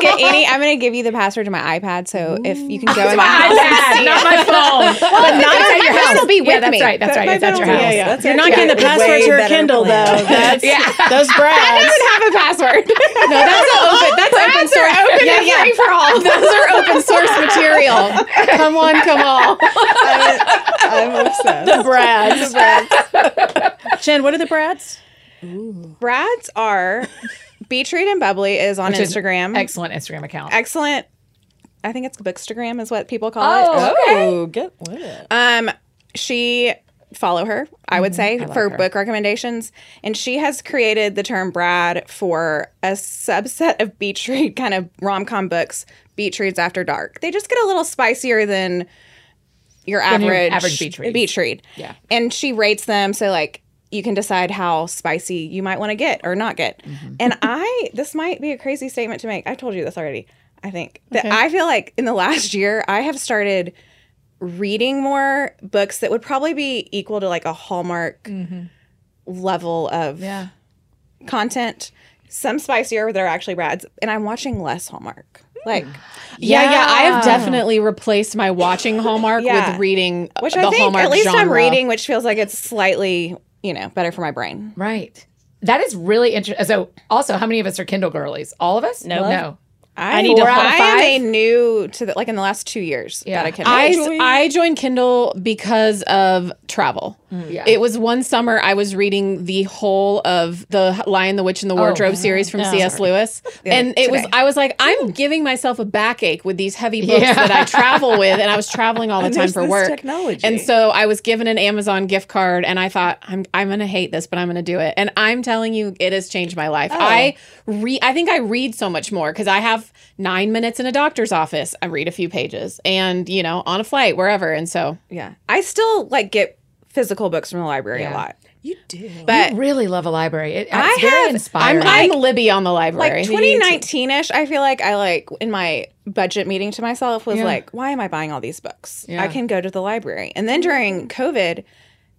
[SPEAKER 2] get any. I'm going to give you the password to my iPad, so if you can go. and
[SPEAKER 1] my iPad, not my phone. but not at your house.
[SPEAKER 2] will be
[SPEAKER 1] yeah,
[SPEAKER 2] with
[SPEAKER 1] that's
[SPEAKER 2] me.
[SPEAKER 1] right. That's right. It's at your house.
[SPEAKER 2] Yeah,
[SPEAKER 1] Yeah,
[SPEAKER 2] yeah.
[SPEAKER 5] You're not getting the password to your Kindle though. That's
[SPEAKER 1] Yeah.
[SPEAKER 5] those brads.
[SPEAKER 2] have a password. no, that's an open. That's open source. yeah, yeah. for all. Those are open source material.
[SPEAKER 4] Come on, come on.
[SPEAKER 3] I'm obsessed.
[SPEAKER 5] The brads. Jen, what are the brads?
[SPEAKER 2] Brads are. Beatrice and Bubbly is on
[SPEAKER 1] Which is
[SPEAKER 2] Instagram.
[SPEAKER 1] Excellent Instagram account.
[SPEAKER 2] excellent. I think it's Bookstagram is what people call it.
[SPEAKER 1] Oh, okay.
[SPEAKER 3] Oh, get what?
[SPEAKER 2] Um, she follow her, I
[SPEAKER 1] Mm-hmm.
[SPEAKER 2] would say, for book recommendations, and she has created the term Brad for a subset of beach read kind of rom com books. Beach reads after dark. They just get a little spicier than your average
[SPEAKER 1] your average beach reads.
[SPEAKER 2] Beach read.
[SPEAKER 1] Yeah.
[SPEAKER 2] and she rates them so like you can decide how spicy you might want to get or not get.
[SPEAKER 1] Mm-hmm.
[SPEAKER 2] And I, this might be a crazy statement to make. I've told you this already. I think that I feel like in the last year I have started reading more books that would probably be equal to like a Hallmark level of content. Some spicier that are actually Brad's, and I'm watching less Hallmark. Like,
[SPEAKER 4] Yeah, yeah. I have definitely replaced my watching Hallmark
[SPEAKER 2] Yeah.
[SPEAKER 4] with reading
[SPEAKER 2] which
[SPEAKER 4] the
[SPEAKER 2] I think
[SPEAKER 4] Hallmark
[SPEAKER 2] at least I'm
[SPEAKER 4] genre.
[SPEAKER 2] reading, which feels like it's slightly, you know, better for my brain.
[SPEAKER 1] Right. That is really interesting. So, also, how many of us are Kindle girlies? All of us? No. No.
[SPEAKER 2] I,
[SPEAKER 5] need to
[SPEAKER 2] or
[SPEAKER 5] hold
[SPEAKER 2] I am a new to the like in the last two years.
[SPEAKER 1] Yeah.
[SPEAKER 2] Yeah, I can.
[SPEAKER 4] I, I joined Kindle because of travel.
[SPEAKER 2] Hmm.
[SPEAKER 1] Yeah.
[SPEAKER 4] It was one summer I was reading the whole of the Lion, the Witch, and the Wardrobe series from C.S. Lewis, and it was I was like, I'm giving myself a backache with these heavy books
[SPEAKER 1] Yeah.
[SPEAKER 4] that I travel with, and I was traveling all the time
[SPEAKER 3] there's
[SPEAKER 4] for
[SPEAKER 3] this
[SPEAKER 4] work.
[SPEAKER 3] technology.
[SPEAKER 4] and so I was given an Amazon gift card, and I thought I'm I'm gonna hate this, but I'm gonna do it. And I'm telling you, it has changed my life. I re I think I read so much more because I have nine minutes in a doctor's office. I read a few pages, and you know, on a flight, wherever. And so
[SPEAKER 2] yeah, I still like get physical books from the library a lot,
[SPEAKER 3] You do.
[SPEAKER 2] but
[SPEAKER 1] I really love a library. It, it's
[SPEAKER 2] I
[SPEAKER 1] very
[SPEAKER 2] have-
[SPEAKER 1] inspiring.
[SPEAKER 4] I'm Libby on the library.
[SPEAKER 2] like 2019 ish, I feel like I like in my budget meeting to myself was like, why am I buying all these books? I can go to the library. And then during COVID,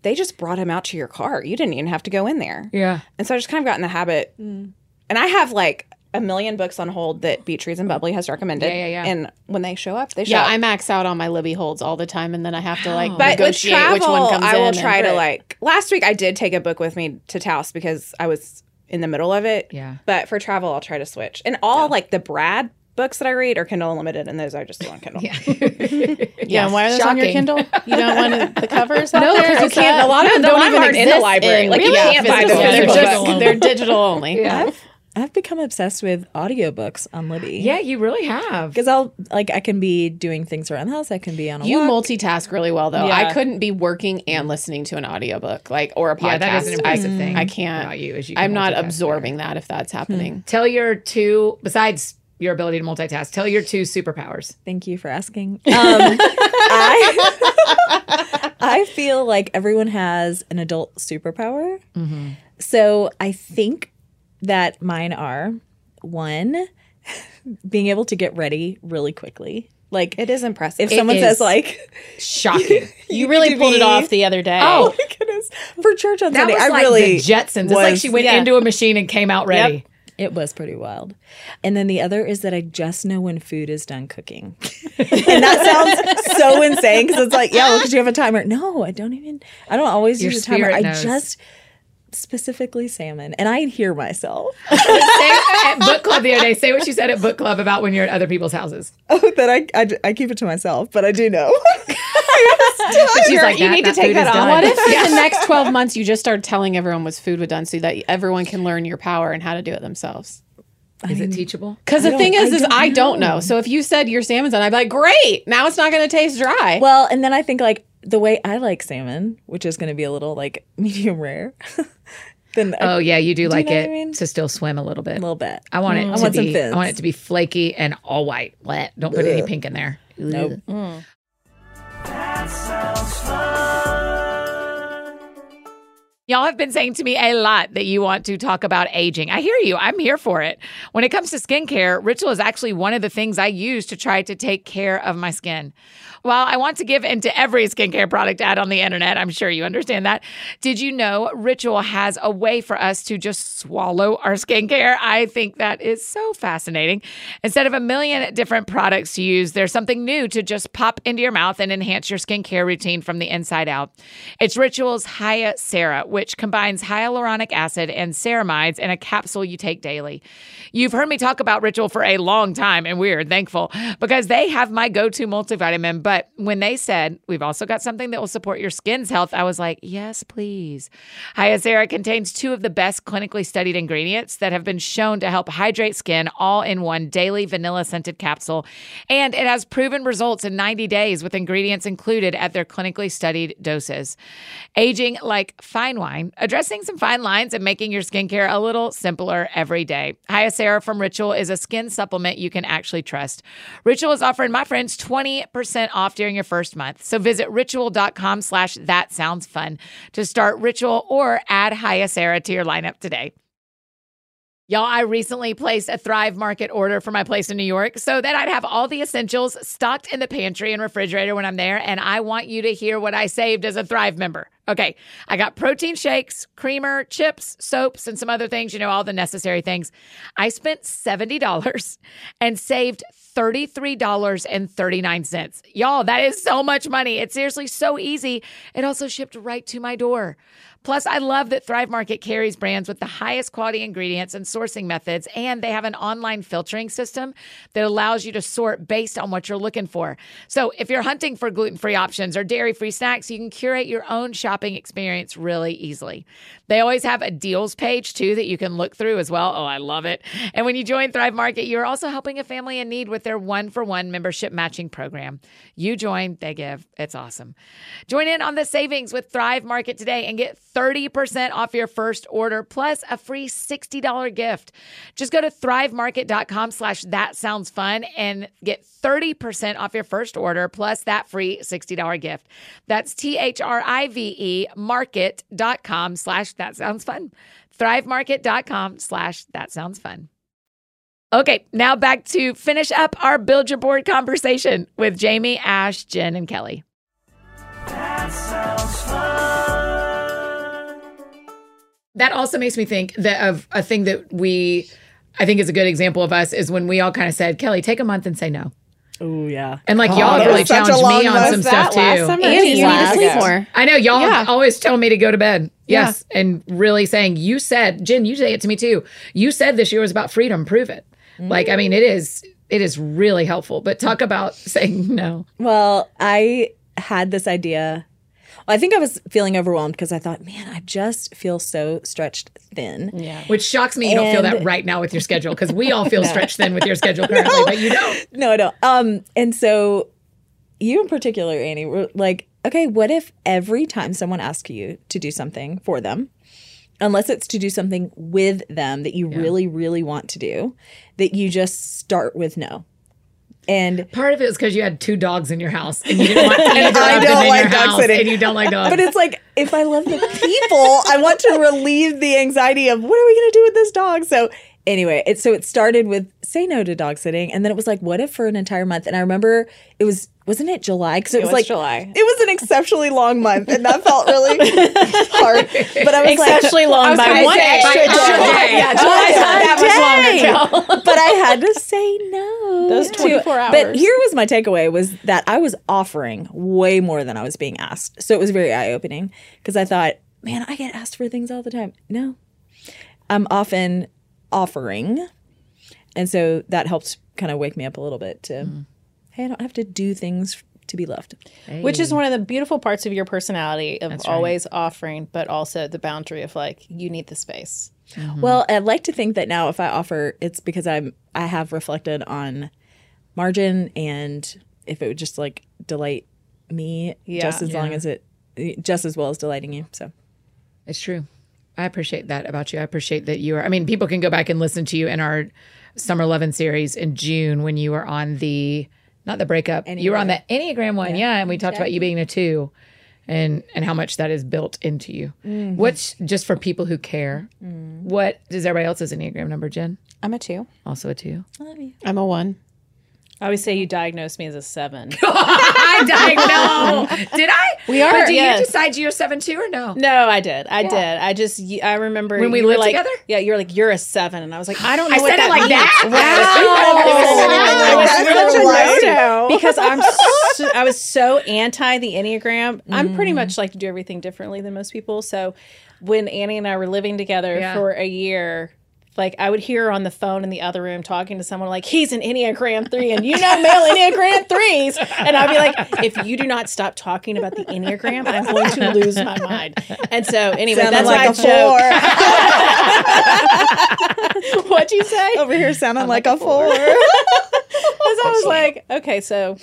[SPEAKER 2] they just brought them out to your car. You didn't even have to go in there.
[SPEAKER 1] yeah.
[SPEAKER 2] And so I just kind of got in the habit.
[SPEAKER 4] Mm.
[SPEAKER 2] And I have like a million books on hold that Beach Reads and Bubbly has recommended.
[SPEAKER 1] Yeah, yeah, yeah.
[SPEAKER 2] And when they show up, they show
[SPEAKER 4] yeah,
[SPEAKER 2] up.
[SPEAKER 4] I max out on my Libby holds all the time, and then I have to like
[SPEAKER 2] but with
[SPEAKER 4] negotiate
[SPEAKER 2] travel,
[SPEAKER 4] which one comes
[SPEAKER 2] I
[SPEAKER 4] in.
[SPEAKER 2] will
[SPEAKER 4] and-
[SPEAKER 2] try to like. Last week, I did take a book with me to Taos because I was in the middle of it.
[SPEAKER 1] Yeah.
[SPEAKER 2] But for travel, I'll try to switch. And all like the Brad books that I read are Kindle Unlimited, and those I just do on Kindle.
[SPEAKER 5] Yeah, and why are those on your
[SPEAKER 1] Shocking.
[SPEAKER 5] Kindle? You don't want to, the covers?
[SPEAKER 4] No, because you can't. A lot of them don't even
[SPEAKER 2] aren't in
[SPEAKER 4] exist
[SPEAKER 2] the library. Like, you can't buy the
[SPEAKER 4] physical books.
[SPEAKER 2] physical
[SPEAKER 4] They're just-
[SPEAKER 1] book.
[SPEAKER 4] They're digital only.
[SPEAKER 1] Yeah.
[SPEAKER 3] I've become obsessed with audiobooks on Libby.
[SPEAKER 1] Yeah, you really have.
[SPEAKER 3] Because I'll like I can be doing things around the house. I can be on a
[SPEAKER 4] You
[SPEAKER 3] walk.
[SPEAKER 4] multitask really well, though. I
[SPEAKER 5] Yeah.
[SPEAKER 4] couldn't be working and listening to an audiobook, like or a podcast.
[SPEAKER 1] Yeah, that is an impressive
[SPEAKER 4] I,
[SPEAKER 1] thing
[SPEAKER 4] I can't.
[SPEAKER 1] about you, is you can
[SPEAKER 4] I'm not
[SPEAKER 1] multitask
[SPEAKER 4] absorbing that if that's happening.
[SPEAKER 1] Tell your two, besides your ability to multitask, tell your two superpowers.
[SPEAKER 3] Thank you for asking. Um, I, I feel like everyone has an adult superpower.
[SPEAKER 1] Mm-hmm.
[SPEAKER 3] So I think that mine are one, being able to get ready really quickly. Like
[SPEAKER 2] It is impressive.
[SPEAKER 3] if someone
[SPEAKER 1] is.
[SPEAKER 3] says like,
[SPEAKER 1] Shocking.
[SPEAKER 5] You really pulled it off the other day.
[SPEAKER 1] oh,
[SPEAKER 3] goodness, for church on
[SPEAKER 1] that
[SPEAKER 3] Sunday,
[SPEAKER 1] was
[SPEAKER 3] I
[SPEAKER 1] like
[SPEAKER 3] really
[SPEAKER 1] the Jetsons. it's like
[SPEAKER 3] was-
[SPEAKER 1] she went
[SPEAKER 5] yeah.
[SPEAKER 1] into a machine and came out ready.
[SPEAKER 3] It was pretty wild. And then the other is that I just know when food is done cooking. and that sounds so insane because it's like, yeah, well, 'cause you have a timer. No, I don't even, I don't always
[SPEAKER 1] Your
[SPEAKER 3] use a timer.
[SPEAKER 1] spirit
[SPEAKER 3] I
[SPEAKER 1] knows.
[SPEAKER 3] just specifically salmon. And I hear myself
[SPEAKER 1] Say, at book club the other day, say what you said at book club about when you're at other people's houses.
[SPEAKER 3] Oh, that I, I, I keep it to myself, but I do know.
[SPEAKER 1] But she's like,
[SPEAKER 2] you
[SPEAKER 1] "That-
[SPEAKER 2] need to
[SPEAKER 1] that
[SPEAKER 2] take
[SPEAKER 1] food
[SPEAKER 2] that
[SPEAKER 1] is
[SPEAKER 2] on."
[SPEAKER 1] done."
[SPEAKER 4] What if in the next 12 months you just started telling everyone what's food was done so that everyone can learn your power and how to do it themselves?
[SPEAKER 1] Is it teachable?
[SPEAKER 4] Because the thing is, is I don't know. So if you said your salmon's done, I'd be like, great, now it's not going to taste dry.
[SPEAKER 3] Well, and then I think like the way I like salmon, which is going to be a little like medium rare, then a
[SPEAKER 1] Oh yeah, you do, like
[SPEAKER 3] know what I
[SPEAKER 1] it
[SPEAKER 3] mean?
[SPEAKER 1] to still swim a little bit.
[SPEAKER 3] little bit.
[SPEAKER 1] I want it. To
[SPEAKER 3] want some
[SPEAKER 1] be,
[SPEAKER 3] fins.
[SPEAKER 1] I want it to be flaky and all white. Bleh. Don't put any pink in there. Nope. Y'all have been saying to me a lot that you want to talk about aging. I hear you. I'm here for it. When it comes to skincare, Ritual is actually one of the things I use to try to take care of my skin. While I want to give into every skincare product ad on the internet, I'm sure you understand that. Did you know Ritual has a way for us to just swallow our skincare? I think that is so fascinating. Instead of a million different products to use, there's something new to just pop into your mouth and enhance your skincare routine from the inside out. It's Ritual's Hya Cera, which combines hyaluronic acid and ceramides in a capsule you take daily. You've heard me talk about Ritual for a long time, and we're thankful because they have my go to multivitamin. But when they said, We've also got something that will support your skin's health, I was like, Yes, please. Hya Cera contains two of the best clinically studied ingredients that have been shown to help hydrate skin all in one daily vanilla scented capsule. And it has proven results in 90 days with ingredients included at their clinically studied doses. Aging like fine wine, addressing some fine lines and making your skincare a little simpler every day. Hyacera from Ritual is a skin supplement you can actually trust. Ritual is offering my friends 20% off during your first month. So visit ritual.com slash that sounds fun to start Ritual or add Hyacera to your lineup today. Y'all, I recently placed a Thrive Market order for my place in New York so that I'd have all the essentials stocked in the pantry and refrigerator when I'm there. And I want you to hear what I saved as a Thrive member. Okay, I got protein shakes, creamer, chips, soaps, and some other things, you know, all the necessary things. I spent $70 and saved $33.39. Y'all, that is so much money. It's seriously so easy. It also shipped right to my door. Plus, I love that Thrive Market carries brands with the highest quality ingredients and sourcing methods, and they have an online filtering system that allows you to sort based on what you're looking for. So, if you're hunting for gluten free options or dairy free snacks, you can curate your own shopping experience really easily. They always have a deals page too that you can look through as well. Oh, I love it. And when you join Thrive Market, you're also helping a family in need with their one for one membership matching program. You join, they give. It's awesome. Join in on the savings with Thrive Market today and get 30% off your first order plus a free $60 gift. Just go to thrivemarket.com slash that sounds fun and get 30% off your first order plus that free $60 gift. That's T-H-R-I-V-E market.com slash that sounds fun. Thrivemarket.com slash that sounds fun. Okay, now back to finish up our build your board conversation with Jamie, Ash, Jen, and Kelly. That also makes me think that of a thing that we, I think, is a good example of us is when we all kind of said, Kelly, take a month and say no.
[SPEAKER 3] Oh yeah.
[SPEAKER 1] And like y'all have really
[SPEAKER 3] was such a
[SPEAKER 1] challenged me on
[SPEAKER 3] long list.
[SPEAKER 1] some
[SPEAKER 2] Was
[SPEAKER 1] stuff
[SPEAKER 2] that last
[SPEAKER 1] too.
[SPEAKER 2] summer?
[SPEAKER 4] Andy, you need to
[SPEAKER 2] Last-
[SPEAKER 4] sleep more.
[SPEAKER 1] I know y'all
[SPEAKER 4] Yeah.
[SPEAKER 1] always tell me to go to bed.
[SPEAKER 4] Yeah.
[SPEAKER 1] Yes. And really saying, you said, Jen, you say it to me too. You said this year was about freedom. Prove it. Like, I mean, it is, it is really helpful. But talk about saying no.
[SPEAKER 3] Well, I had this idea. I think I was feeling overwhelmed because I thought, man, I just feel so stretched thin. Yeah.
[SPEAKER 1] Which shocks me you don't feel that
[SPEAKER 3] And-
[SPEAKER 1] right now with your schedule because we all feel stretched thin with your schedule currently, but you don't.
[SPEAKER 3] No, I don't. Um, and so you in particular, Annie, were like, okay, what if every time someone asks you to do something for them, unless it's to do something with them that you really, really want to do, that you just start with no. And
[SPEAKER 1] Part of it is because you had two dogs in your house and you didn't want either of
[SPEAKER 3] I
[SPEAKER 1] them
[SPEAKER 3] don't
[SPEAKER 1] in
[SPEAKER 3] like
[SPEAKER 1] your
[SPEAKER 3] dog
[SPEAKER 1] house
[SPEAKER 3] sitting.
[SPEAKER 1] and you don't like dogs.
[SPEAKER 3] but it's like if I love the people, I want to relieve the anxiety of what are we going to do with this dog? So anyway, it so it started with say no to dog sitting, and then it was like, what if for an entire month? And I remember it was wasn't it July? Because it, was,
[SPEAKER 2] was
[SPEAKER 3] like
[SPEAKER 2] July.
[SPEAKER 3] It was an exceptionally long month, and that felt really hard. But I was like,
[SPEAKER 5] Especially long by one extra day.
[SPEAKER 3] yeah, July that was long but I had to say no.
[SPEAKER 5] Those
[SPEAKER 3] to-
[SPEAKER 5] 24
[SPEAKER 3] But
[SPEAKER 5] hours.
[SPEAKER 3] here was my takeaway was that I was offering way more than I was being asked. So it was very eye-opening because I thought, man, I get asked for things all the time. No. I'm often offering. And so that helped kind of wake me up a little bit to
[SPEAKER 5] Mm.
[SPEAKER 3] hey, I don't have to do things to be loved.
[SPEAKER 5] Which is one of the beautiful parts of your personality of always offering, but also the boundary of like, you need the space.
[SPEAKER 2] Hmm.
[SPEAKER 3] Well, I'd like to think that now if I offer, it's because I'm I have reflected on margin and if it would just like delight me just as long as it just as well as delighting you. So
[SPEAKER 1] It's true. I appreciate that about you. I appreciate that you are. I mean, people can go back and listen to you in our Summer Lovin' series in June when you were on the not the breakup. You were on the Enneagram one, yeah, and we talked about you being a two, and and how much that is built into you. What's just for people who care? What is everybody else's Enneagram number, Jen?
[SPEAKER 2] I'm a two.
[SPEAKER 1] Also a two.
[SPEAKER 4] I'm a one.
[SPEAKER 5] I always say you diagnosed me as a seven.
[SPEAKER 1] I died. No, did I? We
[SPEAKER 5] are,
[SPEAKER 1] But do
[SPEAKER 5] yes.
[SPEAKER 1] you decide you're seven two or no?
[SPEAKER 5] No, I did. I did. I just y- I remember
[SPEAKER 1] Oh. When we
[SPEAKER 5] you were
[SPEAKER 1] lived
[SPEAKER 5] like,
[SPEAKER 1] together?
[SPEAKER 5] Yeah, you were like you're a seven, and I was like I don't know
[SPEAKER 1] I
[SPEAKER 5] what
[SPEAKER 1] said
[SPEAKER 5] that
[SPEAKER 1] it like
[SPEAKER 5] means.
[SPEAKER 1] that.
[SPEAKER 5] I was really
[SPEAKER 2] a
[SPEAKER 5] low because I'm so, I was so anti the Enneagram. I'm pretty much like to do everything differently than most people. So when Annie and I were living together
[SPEAKER 1] Yeah.
[SPEAKER 5] for a year, like I would hear her on the phone in the other room talking to someone like he's an Enneagram 3 and you know male Enneagram 3s and I'd be like if you do not stop talking about the Enneagram I'm going to lose my mind. And so anyway that's why I joke.
[SPEAKER 3] four.
[SPEAKER 5] What'd you say?
[SPEAKER 3] Over
[SPEAKER 2] Mm.
[SPEAKER 3] here sounding like, a four.
[SPEAKER 5] Because I was like, okay, so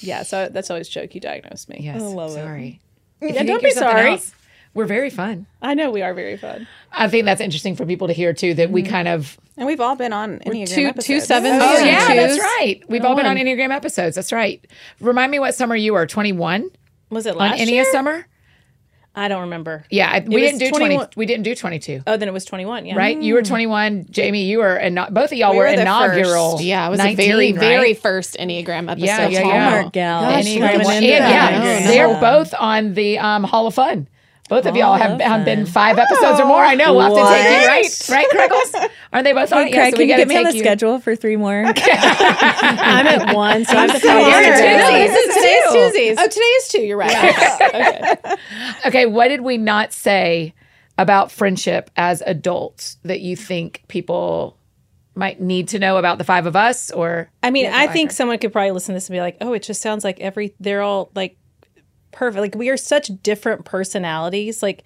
[SPEAKER 5] yeah, so that's always a joke. You diagnosed me.
[SPEAKER 1] Yes.
[SPEAKER 3] love it.
[SPEAKER 1] sorry. If
[SPEAKER 5] Yeah,
[SPEAKER 1] you think
[SPEAKER 5] don't be
[SPEAKER 1] you're something
[SPEAKER 5] sorry.
[SPEAKER 1] else, we're very fun.
[SPEAKER 5] I know we are very fun.
[SPEAKER 1] I think that's interesting for people to hear too. That we kind of
[SPEAKER 2] And we've all been on Enneagram
[SPEAKER 4] Two
[SPEAKER 2] episodes.
[SPEAKER 4] two sevens.
[SPEAKER 1] Mm-hmm. oh
[SPEAKER 4] and
[SPEAKER 1] yeah,
[SPEAKER 4] twos.
[SPEAKER 1] that's right. We've all been on Enneagram episodes. That's right. Remind me what summer you were twenty one
[SPEAKER 5] Was it
[SPEAKER 1] on
[SPEAKER 5] last
[SPEAKER 1] Ennea
[SPEAKER 5] year?
[SPEAKER 1] summer.
[SPEAKER 5] I don't remember.
[SPEAKER 1] Yeah, I- we
[SPEAKER 5] was
[SPEAKER 1] didn't do twenty.
[SPEAKER 5] 21.
[SPEAKER 1] We didn't do twenty two.
[SPEAKER 5] Oh, then it was 21. Yeah.
[SPEAKER 1] Right, you were twenty one. Jamie, you were and both of y'all
[SPEAKER 2] We
[SPEAKER 1] were,
[SPEAKER 2] were the
[SPEAKER 1] inaugural.
[SPEAKER 2] first.
[SPEAKER 4] Yeah, it was
[SPEAKER 1] 19,
[SPEAKER 4] the very,
[SPEAKER 1] right?
[SPEAKER 4] very first Enneagram episode.
[SPEAKER 1] yeah, yeah,
[SPEAKER 4] Hallmark.
[SPEAKER 1] yeah.
[SPEAKER 3] Gal.
[SPEAKER 1] Enneagram
[SPEAKER 4] Enneagram
[SPEAKER 1] one.
[SPEAKER 4] Enneagram.
[SPEAKER 1] And, yeah,
[SPEAKER 4] Yeah.
[SPEAKER 1] they're both on the um, Hall of Fun. Both of y'all have, have been five episodes or more. I know. We'll have to take you right, right, Craigles? Are they both on?
[SPEAKER 3] Oh,
[SPEAKER 1] it?
[SPEAKER 3] Craig,
[SPEAKER 1] Yeah, so we
[SPEAKER 3] can you
[SPEAKER 1] gotta
[SPEAKER 3] get me on the
[SPEAKER 1] take you.
[SPEAKER 3] schedule for three more?
[SPEAKER 5] I'm at one, so I'm the
[SPEAKER 1] You're
[SPEAKER 5] founder.
[SPEAKER 1] a two.
[SPEAKER 2] Twosies.
[SPEAKER 5] Oh, today is two. You're right. okay.
[SPEAKER 1] Okay, what did we not say about friendship as adults that you think people might need to know about the five of us? Or
[SPEAKER 5] I mean, I think someone could probably listen to this and be like, oh, it just sounds like every, they're all like perfect. Like we are such different personalities. Like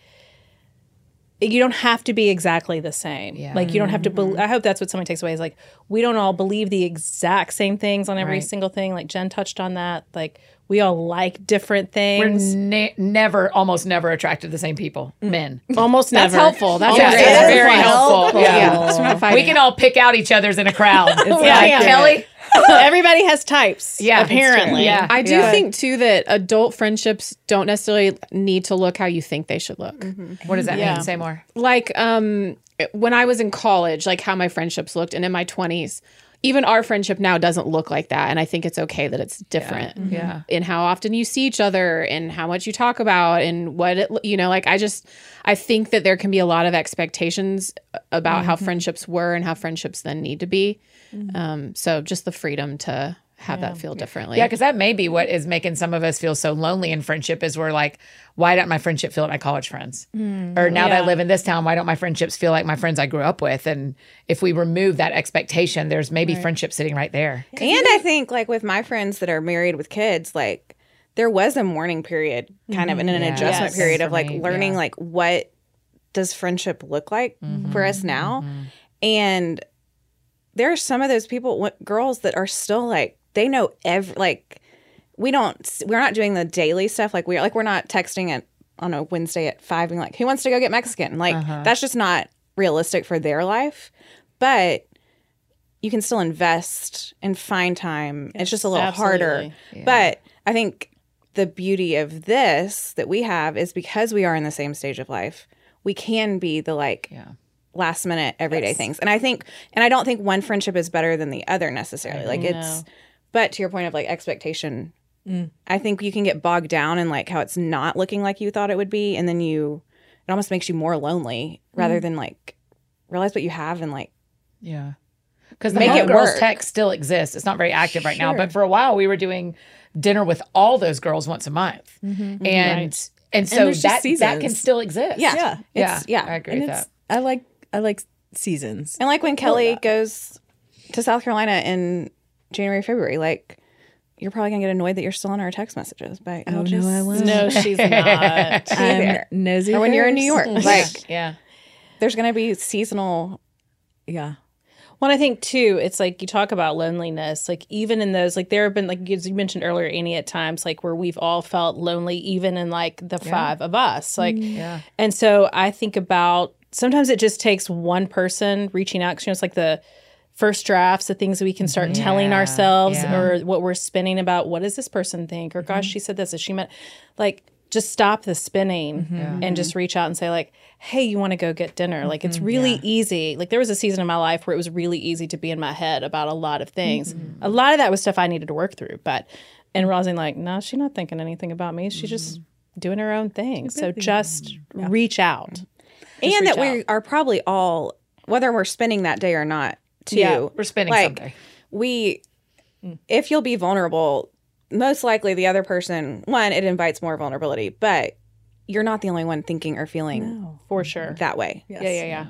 [SPEAKER 5] you don't have to be exactly the same.
[SPEAKER 1] Yeah. Mm-hmm.
[SPEAKER 5] Like you don't have to, bel I hope that's what someone takes away is like, we don't all believe the exact same things on every
[SPEAKER 1] Right.
[SPEAKER 5] single thing. Like Jen touched on that. Like we all like different
[SPEAKER 1] we're
[SPEAKER 5] things.
[SPEAKER 1] ne- never, almost never attracted to the same people, men.
[SPEAKER 5] Almost never.
[SPEAKER 4] That's helpful. That's
[SPEAKER 1] Yeah,
[SPEAKER 4] great.
[SPEAKER 1] that's
[SPEAKER 4] That's
[SPEAKER 1] very
[SPEAKER 4] fun.
[SPEAKER 1] helpful.
[SPEAKER 4] Yeah.
[SPEAKER 1] Yeah.
[SPEAKER 4] That's what I'm
[SPEAKER 1] We
[SPEAKER 4] fighting.
[SPEAKER 1] can all pick out each other's in a crowd. yeah,
[SPEAKER 5] yeah.
[SPEAKER 1] Kelly.
[SPEAKER 5] Everybody has types.
[SPEAKER 1] Yeah, it's true.
[SPEAKER 5] Apparently.
[SPEAKER 1] Yeah.
[SPEAKER 4] I do think too that adult friendships don't necessarily need to look how you think they should look.
[SPEAKER 1] What does that mean? Say more.
[SPEAKER 4] Like um when I was in college, like how my friendships looked and in my 20s, even our friendship now doesn't look like that and I think it's okay that it's different.
[SPEAKER 1] Yeah.
[SPEAKER 4] in how often you see each other and how much you talk about and what it you know like i just i think that there can be a lot of expectations about how friendships were and how friendships then need to be um so just the freedom to have that feel differently
[SPEAKER 1] Yeah, because that may be what is making some of us feel so lonely in friendship is we're like, why don't my friendship feel like my college friends? or now that I live in this town, why don't my friendships feel like my friends I grew up with? And if we remove that expectation, there's maybe friendship sitting right there.
[SPEAKER 2] And I think like with my friends that are married with kids, like there was a mourning period kind of and an
[SPEAKER 1] Yeah.
[SPEAKER 2] adjustment
[SPEAKER 5] Yes.
[SPEAKER 2] period of
[SPEAKER 1] For
[SPEAKER 2] like
[SPEAKER 1] me,
[SPEAKER 2] learning
[SPEAKER 1] yeah.
[SPEAKER 2] like what does friendship look like for us now? And there are some of those people what, girls that are still like they know every like we don't s- we're not doing the daily stuff like we're like we're not texting at on a Wednesday at five being like who wants to go get Mexican like that's just not realistic for their life but you can still invest and find time it's just a little harder but I think the beauty of this that we have is because we are in the same stage of life we can be the like last minute everyday things. And I think and I don't think one friendship is better than the other necessarily. Like it's but to your point of like expectation, I think you can get bogged down in like how it's not looking like you thought it would be and then you it almost makes you more lonely
[SPEAKER 5] Mm-hmm.
[SPEAKER 2] rather than like realize what you have and like
[SPEAKER 1] Yeah. Because the
[SPEAKER 2] Make it
[SPEAKER 1] homegirls
[SPEAKER 2] work.
[SPEAKER 1] text still exists. It's not very active right now, but for a while we were doing dinner with all those girls once a month, and and so
[SPEAKER 3] there's
[SPEAKER 1] that
[SPEAKER 3] just
[SPEAKER 1] that can
[SPEAKER 3] seasons.
[SPEAKER 1] still exist.
[SPEAKER 2] Yeah.
[SPEAKER 3] Yeah.
[SPEAKER 1] yeah,
[SPEAKER 2] It's- yeah.
[SPEAKER 1] I agree
[SPEAKER 3] And
[SPEAKER 1] with
[SPEAKER 3] it's,
[SPEAKER 1] that.
[SPEAKER 3] I like I like seasons.
[SPEAKER 2] And like when Kelly goes to South Carolina in January, February, like you're probably gonna get annoyed that you're still on our text messages, but it'll just
[SPEAKER 5] Oh, No, she's not.
[SPEAKER 3] I'm nosy.
[SPEAKER 2] or when you're in New York,
[SPEAKER 3] first.
[SPEAKER 2] like
[SPEAKER 5] yeah.
[SPEAKER 2] there's gonna be seasonal.
[SPEAKER 3] yeah.
[SPEAKER 5] Well, I think too, it's like you talk about loneliness, like even in those, like there have been, like as you mentioned earlier, Annie, at times, like where we've all felt lonely, even in like the five of us. Like,
[SPEAKER 1] Mm.
[SPEAKER 5] yeah. And so I think about sometimes it just takes one person reaching out, 'cause, you know, it's like the first drafts, the things that we can start telling ourselves or what we're spinning about. What does this person think? Or gosh, she said this. Is she meant like, just stop the spinning and just reach out and say like hey you want to go get dinner like it's really easy like there was a season in my life where it was really easy to be in my head about a lot of things a lot of that was stuff i needed to work through but and realizing like no she's not thinking anything about me she's just doing her own thing so just reach out
[SPEAKER 2] and that
[SPEAKER 5] reach
[SPEAKER 2] we are probably all, whether we're spending that day or not, too.
[SPEAKER 5] Yeah,
[SPEAKER 1] We're spending
[SPEAKER 2] like
[SPEAKER 1] something.
[SPEAKER 2] we, if you'll be vulnerable, most likely the other person, one, it invites more vulnerability, but you're not the only one thinking or feeling
[SPEAKER 5] for sure
[SPEAKER 2] that way.
[SPEAKER 5] yeah yeah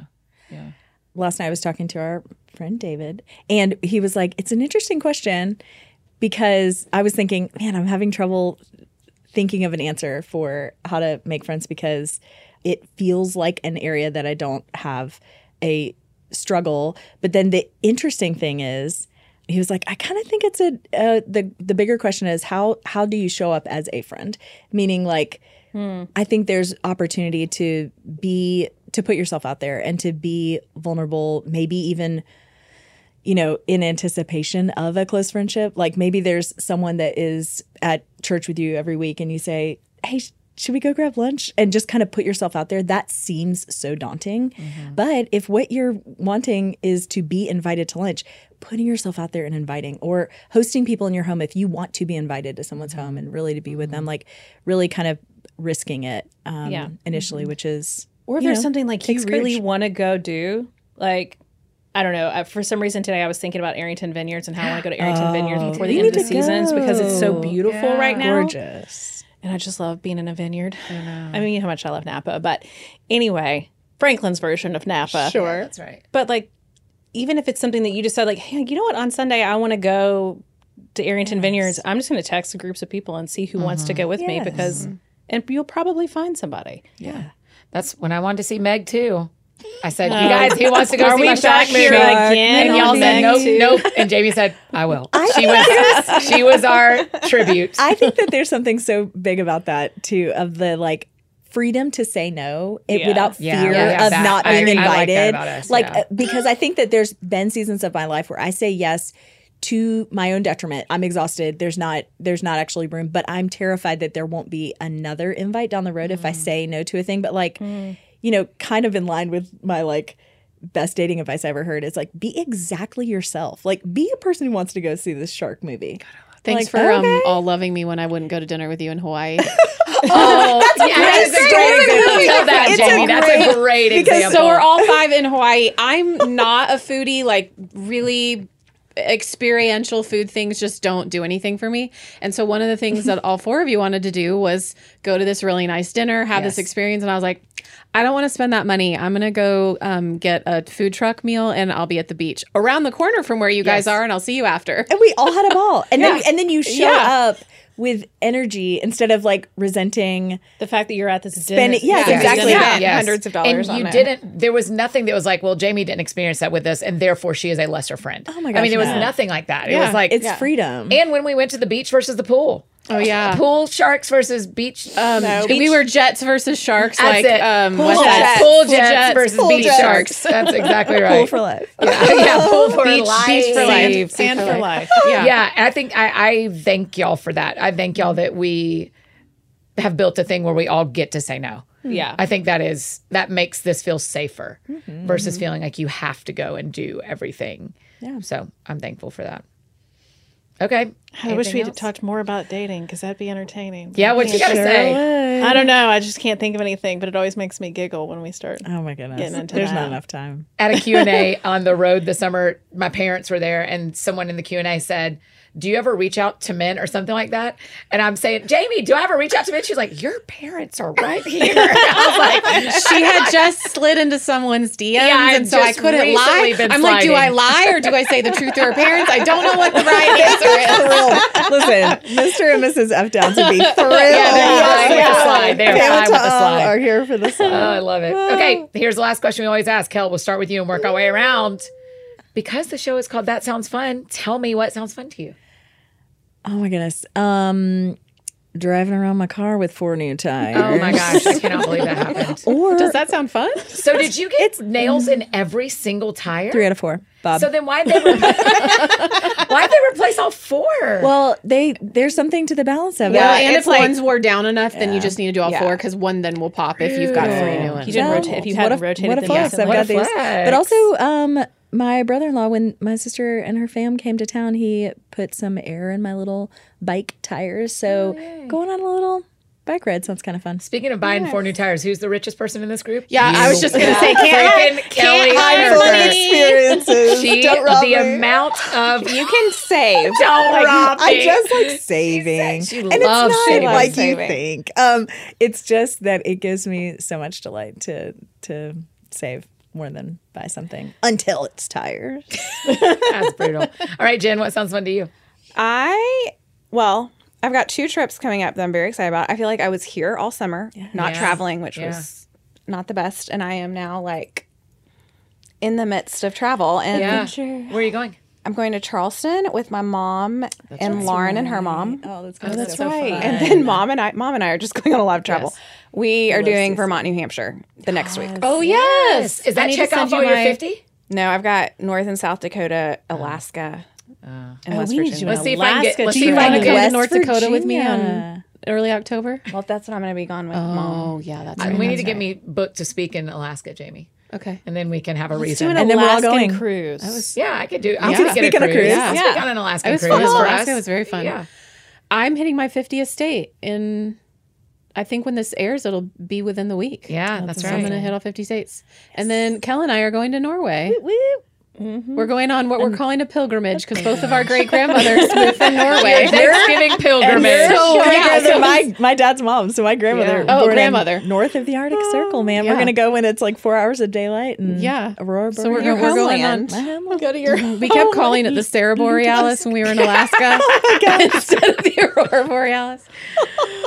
[SPEAKER 5] yeah
[SPEAKER 3] last night I was talking to our friend David, and he was like, "It's an interesting question," because I was thinking, "Man, I'm having trouble thinking of an answer for how to make friends because it feels like an area that I don't have a struggle." But then the interesting thing is. He was like, I kind of think it's a uh, the the bigger question is how how do you show up as a friend, meaning like I think there's opportunity to be to put yourself out there and to be vulnerable, maybe even you know, in anticipation of a close friendship. Like maybe there's someone that is at church with you every week and you say, "Hey, sh- should we go grab lunch?" and just kind of put yourself out there. That seems so daunting.
[SPEAKER 5] Mm-hmm.
[SPEAKER 3] But if what you're wanting is to be invited to lunch, putting yourself out there and inviting or hosting people in your home if you want to be invited to someone's home and really to be with them, like really kind of risking it um,
[SPEAKER 5] Mm-hmm. Yeah. Mm-hmm.
[SPEAKER 3] initially, which is
[SPEAKER 5] or if
[SPEAKER 3] you
[SPEAKER 5] there's
[SPEAKER 3] know,
[SPEAKER 5] something like you
[SPEAKER 3] takes
[SPEAKER 5] really
[SPEAKER 3] courage.
[SPEAKER 5] want to go do like I don't know. uh, For some reason today, I was thinking about Arrington Vineyards and how I want to go to Arrington Vineyards before the
[SPEAKER 3] Oh, you
[SPEAKER 5] end of
[SPEAKER 3] need
[SPEAKER 5] the
[SPEAKER 3] to
[SPEAKER 5] season is because it's so beautiful right now.
[SPEAKER 3] gorgeous.
[SPEAKER 5] and I just love being in a vineyard. I, mean, you know how much I love Napa, but anyway, Franklin's version of Napa.
[SPEAKER 7] Sure.
[SPEAKER 1] That's right.
[SPEAKER 5] But like, even if it's something that you decide, like, hey, you know what, on Sunday I want to go to Arrington Vineyards. I'm just going to text groups of people and see who wants to
[SPEAKER 3] Mm-hmm.
[SPEAKER 5] go with me because, and you'll probably find somebody.
[SPEAKER 1] That's when I wanted to see Meg too. I said, "You guys, who wants to go see my Shark movie?"
[SPEAKER 5] again?
[SPEAKER 1] and y'all said, "Nope, nope." And Jamie said, "I will." she was she was our tribute.
[SPEAKER 3] I think that there's something so big about that too, of the like freedom to say no it,
[SPEAKER 5] Yeah.
[SPEAKER 3] without
[SPEAKER 1] Yeah.
[SPEAKER 3] fear
[SPEAKER 1] Yeah,
[SPEAKER 3] of
[SPEAKER 1] that-
[SPEAKER 3] not
[SPEAKER 1] I
[SPEAKER 3] being
[SPEAKER 1] agree. I like that
[SPEAKER 3] invited.
[SPEAKER 1] about us, yeah.
[SPEAKER 3] uh, because I think that there's been seasons of my life where I say yes to my own detriment. I'm exhausted. There's not there's not actually room, but I'm terrified that there won't be another invite down the road
[SPEAKER 1] Mm.
[SPEAKER 3] if I say no to a thing. But like, you know, kind of in line with my like best dating advice I ever heard is like be exactly yourself. Like be a person who wants to go see this shark movie.
[SPEAKER 4] Thanks
[SPEAKER 3] Like,
[SPEAKER 4] for um,
[SPEAKER 3] okay.
[SPEAKER 4] all loving me when I wouldn't go to dinner with you in Hawaii.
[SPEAKER 1] Oh, yeah, that is a great example. Tell that,
[SPEAKER 3] It's a
[SPEAKER 1] Jamie. That's a great example.
[SPEAKER 7] So we're all five in Hawaii. I'm not a foodie, like really.
[SPEAKER 4] experiential food things just don't do anything for me. And so one of the things that all four of you wanted to do was go to this really nice dinner, have this experience. And I was like, I don't want to spend that money. I'm going to go um, get a food truck meal and I'll be at the beach around the corner from where you guys are and I'll see you after.
[SPEAKER 5] Oh,
[SPEAKER 3] and we all had a ball. And then and then you show up with energy instead of like resenting.
[SPEAKER 5] The fact that you're at this
[SPEAKER 3] Ben,
[SPEAKER 5] dinner.
[SPEAKER 3] yes, exactly.
[SPEAKER 5] Yeah.
[SPEAKER 3] that.
[SPEAKER 1] Yes.
[SPEAKER 7] hundreds of dollars
[SPEAKER 1] And
[SPEAKER 7] on
[SPEAKER 1] you
[SPEAKER 7] it.
[SPEAKER 1] didn't. There was nothing that was like, well, Jamie didn't experience that with us, and therefore she is a lesser friend. Oh
[SPEAKER 3] my
[SPEAKER 1] I mean,
[SPEAKER 3] gosh,
[SPEAKER 1] it was
[SPEAKER 3] no.
[SPEAKER 1] nothing like that. It was like
[SPEAKER 3] It's freedom.
[SPEAKER 1] And when we went to the beach versus the pool.
[SPEAKER 4] Oh, yeah.
[SPEAKER 1] Pool sharks versus beach. Um,
[SPEAKER 4] We were jets versus sharks,
[SPEAKER 1] That's
[SPEAKER 4] like
[SPEAKER 1] it.
[SPEAKER 4] um,
[SPEAKER 1] pool,
[SPEAKER 4] what's that?
[SPEAKER 1] jets. pool jets versus beach sharks. That's exactly right.
[SPEAKER 3] Cool for life.
[SPEAKER 1] Yeah, yeah, pool for
[SPEAKER 4] Beach,
[SPEAKER 1] life.
[SPEAKER 4] beach for life,
[SPEAKER 1] Beach
[SPEAKER 4] sand for life.
[SPEAKER 1] Yeah. yeah, and I think I, I thank y'all for that. I thank y'all that we have built a thing where we all get to say no.
[SPEAKER 5] Yeah.
[SPEAKER 1] I think that is that makes this feel safer versus feeling like you have to go and do everything. Yeah. So I'm thankful for that. Okay.
[SPEAKER 5] I wish we
[SPEAKER 1] Anything
[SPEAKER 5] had
[SPEAKER 1] else?
[SPEAKER 5] talked more about dating because that'd be entertaining.
[SPEAKER 1] Yeah, what you gotta say?
[SPEAKER 5] I don't know. I just can't think of anything, but it always makes me giggle when we start.
[SPEAKER 3] Oh my goodness.
[SPEAKER 5] Getting into
[SPEAKER 3] There's
[SPEAKER 5] that.
[SPEAKER 3] not enough time.
[SPEAKER 1] At a Q&A on the road this summer, my parents were there and someone in the Q&A said, do you ever reach out to men or something like that? And I'm saying, Jamie, do I ever reach out to men? She's like, your parents are right here. I was like,
[SPEAKER 4] she had just slid into someone's DMs,
[SPEAKER 1] I've
[SPEAKER 4] and so I
[SPEAKER 1] just
[SPEAKER 4] couldn't
[SPEAKER 1] recently
[SPEAKER 4] lie.
[SPEAKER 1] been
[SPEAKER 4] I'm like, do I
[SPEAKER 1] sliding.
[SPEAKER 4] lie or do I say the truth to her parents? I don't know what the right answer is.
[SPEAKER 3] Listen, Mr. and Mrs. F Downs would be thrilled.
[SPEAKER 1] yeah, they're fine with the slide. They're
[SPEAKER 3] Pam
[SPEAKER 1] fine
[SPEAKER 3] and
[SPEAKER 1] with the
[SPEAKER 3] Tom
[SPEAKER 1] slide.
[SPEAKER 3] are here for the
[SPEAKER 1] Oh,
[SPEAKER 3] slide.
[SPEAKER 1] I love it. Okay, here's the last question we always ask. Kel, we'll start with you and work our way around. Because the show is called That Sounds Fun, tell me what sounds fun to you.
[SPEAKER 3] Oh my goodness. Um, driving around my car with four new tires.
[SPEAKER 1] Oh my gosh, I cannot believe that happened.
[SPEAKER 4] Does that sound fun?
[SPEAKER 1] So did you get nails in every single tire?
[SPEAKER 3] Three out of four. Bob.
[SPEAKER 1] So then why they re- why they replace all four?
[SPEAKER 3] well, they there's something to the balance of
[SPEAKER 4] Well,
[SPEAKER 3] it.
[SPEAKER 4] and
[SPEAKER 3] It's
[SPEAKER 4] if ones wore down enough, then you just need to do all four because one then will pop if you've got three new ones.
[SPEAKER 5] You didn't
[SPEAKER 3] No.
[SPEAKER 5] rotate. If you hadn't rotated
[SPEAKER 3] what a
[SPEAKER 5] them,
[SPEAKER 3] flex.
[SPEAKER 5] yeah.
[SPEAKER 3] I've
[SPEAKER 1] What
[SPEAKER 3] got
[SPEAKER 1] a
[SPEAKER 3] these.
[SPEAKER 1] flex.
[SPEAKER 3] But also, um, my brother-in-law, when my sister and her fam came to town, he put some air in my little bike tires. So going on a little bike ride sounds kind of fun.
[SPEAKER 1] Speaking of buying four new tires, who's the richest person in this group?
[SPEAKER 4] Yeah, I was just gonna say,
[SPEAKER 1] Freaking
[SPEAKER 4] can't,
[SPEAKER 1] Kelly
[SPEAKER 4] can't hide
[SPEAKER 1] Harper.
[SPEAKER 4] from me.
[SPEAKER 3] experiences.
[SPEAKER 1] She,
[SPEAKER 3] Don't rob
[SPEAKER 1] the
[SPEAKER 3] me.
[SPEAKER 1] amount of
[SPEAKER 2] You can save.
[SPEAKER 1] don't rob
[SPEAKER 3] I
[SPEAKER 1] me.
[SPEAKER 3] just like saving.
[SPEAKER 1] she
[SPEAKER 3] and it's
[SPEAKER 1] loves
[SPEAKER 3] not
[SPEAKER 1] saving.
[SPEAKER 3] like you
[SPEAKER 2] Saving.
[SPEAKER 3] think. Um, it's just that it gives me so much delight to to save more than buy something until it's tires.
[SPEAKER 1] That's brutal. All right, Jen, what sounds fun to you?
[SPEAKER 2] I well, I've got two trips coming up that I'm very excited about. I feel like I was here all summer, not
[SPEAKER 1] Yeah.
[SPEAKER 2] traveling, which
[SPEAKER 1] Yeah.
[SPEAKER 2] was not the best, and I am now like in the midst of travel. And
[SPEAKER 1] Yeah. Where are you going?
[SPEAKER 2] I'm going to Charleston with my mom and Lauren and her mom.
[SPEAKER 3] Oh, that's good.
[SPEAKER 4] That's so fun.
[SPEAKER 2] And then mom and I, mom and I are just going on a lot of travel. We are doing Vermont, New Hampshire the next week.
[SPEAKER 4] Oh yes,
[SPEAKER 1] Is
[SPEAKER 4] I
[SPEAKER 1] that
[SPEAKER 4] need to
[SPEAKER 1] check off
[SPEAKER 4] send you
[SPEAKER 1] all your
[SPEAKER 4] my-
[SPEAKER 1] 50?
[SPEAKER 2] No, I've got North and South Dakota,
[SPEAKER 3] Oh.
[SPEAKER 2] Alaska,
[SPEAKER 3] Uh,
[SPEAKER 2] and West Virginia.
[SPEAKER 1] Let's see if I can get- let's
[SPEAKER 5] Do
[SPEAKER 1] see
[SPEAKER 5] you
[SPEAKER 1] if I
[SPEAKER 5] want
[SPEAKER 1] can get-
[SPEAKER 5] to come to
[SPEAKER 3] West
[SPEAKER 4] North Dakota with me
[SPEAKER 3] Virginia.
[SPEAKER 4] on early October?
[SPEAKER 2] Well, that's what I'm going to be gone with mom.
[SPEAKER 4] Oh yeah, that's
[SPEAKER 1] I-
[SPEAKER 4] right.
[SPEAKER 1] we need to get me booked to speak in Alaska, Jamie,
[SPEAKER 4] okay.
[SPEAKER 1] and then we can have a
[SPEAKER 5] Let's do
[SPEAKER 1] reason.
[SPEAKER 5] an
[SPEAKER 3] then we're all
[SPEAKER 5] Alaskan
[SPEAKER 3] going.
[SPEAKER 5] cruise.
[SPEAKER 1] yeah, I could do. I'm
[SPEAKER 4] Yeah.
[SPEAKER 1] gonna get
[SPEAKER 3] Speak on a cruise.
[SPEAKER 1] Yeah,
[SPEAKER 4] Yeah.
[SPEAKER 1] speak on an Alaskan
[SPEAKER 4] It was
[SPEAKER 1] cruise
[SPEAKER 4] fun.
[SPEAKER 1] for us.
[SPEAKER 4] Alaska was very fun.
[SPEAKER 1] Yeah,
[SPEAKER 4] I'm hitting my 50th state in. I think when this airs, it'll be within the week.
[SPEAKER 1] yeah, that's
[SPEAKER 4] So I'm going to
[SPEAKER 1] right.
[SPEAKER 4] hit all 50 states. And then Kel and I are going to Norway.
[SPEAKER 1] Mm-hmm.
[SPEAKER 4] We're going on what we're calling a pilgrimage because both of our great grandmothers moved from Norway.
[SPEAKER 1] Thanksgiving pilgrimage.
[SPEAKER 4] So,
[SPEAKER 3] my,
[SPEAKER 4] yeah,
[SPEAKER 3] grandmother-
[SPEAKER 4] so-
[SPEAKER 3] my my dad's mom, so my grandmother.
[SPEAKER 1] Yeah.
[SPEAKER 4] Oh,
[SPEAKER 3] born in
[SPEAKER 4] grandmother. Oh,
[SPEAKER 3] North of the Arctic Circle, man. We're
[SPEAKER 4] yeah.
[SPEAKER 3] gonna go when it's like four hours of daylight and
[SPEAKER 4] Yeah.
[SPEAKER 3] aurora.
[SPEAKER 4] So we're,
[SPEAKER 3] borealis.
[SPEAKER 4] go- we're going on.
[SPEAKER 3] My homeland.
[SPEAKER 8] Go to your.
[SPEAKER 4] We kept calling it the Sarah Borealis when we were in Alaska
[SPEAKER 1] Oh
[SPEAKER 4] instead of the Aurora Borealis.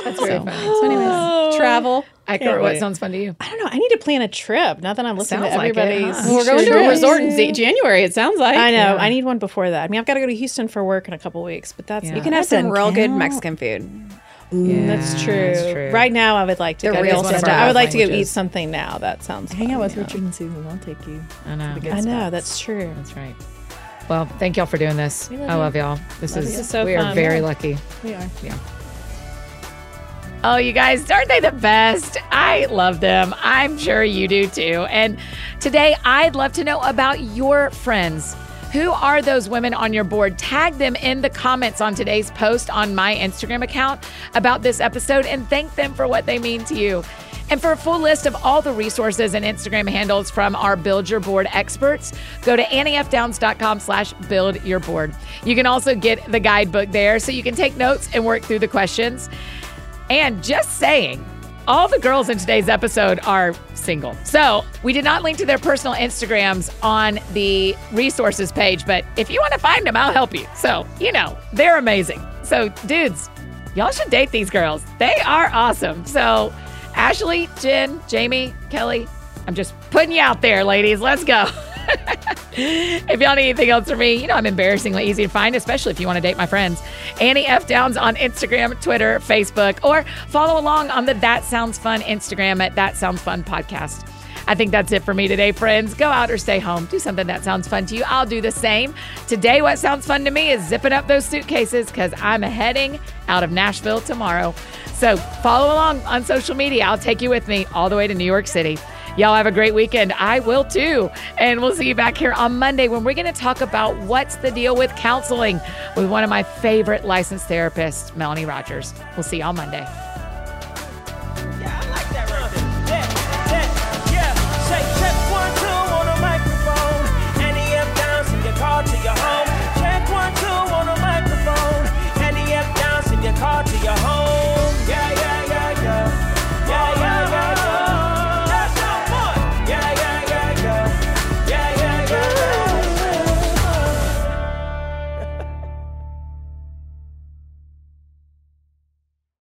[SPEAKER 1] That's very fun.
[SPEAKER 4] So, anyways, travel.
[SPEAKER 1] I can what sounds fun to you.
[SPEAKER 5] I don't know. I need to plan a trip now that I'm listening to
[SPEAKER 1] Sounds like it, huh?
[SPEAKER 5] everybody's.
[SPEAKER 1] Well,
[SPEAKER 4] We're going to a
[SPEAKER 5] trips.
[SPEAKER 4] resort in Z- January, it sounds like.
[SPEAKER 5] I know. I need one before that. I mean, I've got to go to Houston for work in a couple weeks, but that's
[SPEAKER 2] You can have some
[SPEAKER 3] doesn't
[SPEAKER 2] real good
[SPEAKER 3] count.
[SPEAKER 2] Mexican food.
[SPEAKER 5] that's, true. Right now, I would like to
[SPEAKER 2] The
[SPEAKER 5] go
[SPEAKER 2] real
[SPEAKER 5] to
[SPEAKER 2] stuff.
[SPEAKER 5] I would like to go eat
[SPEAKER 1] Languages.
[SPEAKER 5] something now. That sounds.
[SPEAKER 3] Hang
[SPEAKER 5] fun.
[SPEAKER 3] out with Richard and Susan. They'll take you.
[SPEAKER 1] I know.
[SPEAKER 5] I know that's true.
[SPEAKER 1] That's right. Well, thank y'all for doing this. I love y'all. This is,
[SPEAKER 5] you. This is so
[SPEAKER 1] we are
[SPEAKER 5] fun.
[SPEAKER 1] very
[SPEAKER 5] Yeah.
[SPEAKER 1] lucky.
[SPEAKER 3] We are.
[SPEAKER 1] Oh, you guys, aren't they the best? I love them. I'm sure you do too. And today, I'd love to know about your friends. Who are those women on your board? Tag them in the comments on today's post on my Instagram account about this episode and thank them for what they mean to you. And for a full list of all the resources and Instagram handles from our Build Your Board experts, go to anniefdowns.com slash build your board. You can also get the guidebook there so you can take notes and work through the questions. And just saying, all the girls in today's episode are single. So we did not link to their personal Instagrams on the resources page, but if you want to find them, I'll help you. So, you know, they're amazing. So, dudes, y'all should date these girls. They are awesome. So, Ashley, Jen, Jamie, Kelly, I'm just putting you out there, ladies. Let's go. if y'all need anything else from me, you know I'm embarrassingly easy to find, especially if you want to date my friends. Annie F. Downs on Instagram, Twitter, Facebook, or follow along on the That Sounds Fun Instagram at That Sounds Fun Podcast. I think that's it for me today, friends. Go out or stay home. Do something that sounds fun to you. I'll do the same. Today, what sounds fun to me is zipping up those suitcases because I'm heading out of Nashville tomorrow. So follow along on social media. I'll take you with me all the way to New York City. Y'all have a great weekend. I will too. And we'll see you back here on Monday when we're going to talk about what's the deal with counseling with one of my favorite licensed therapists, Melanie Rogers. We'll see y'all Monday.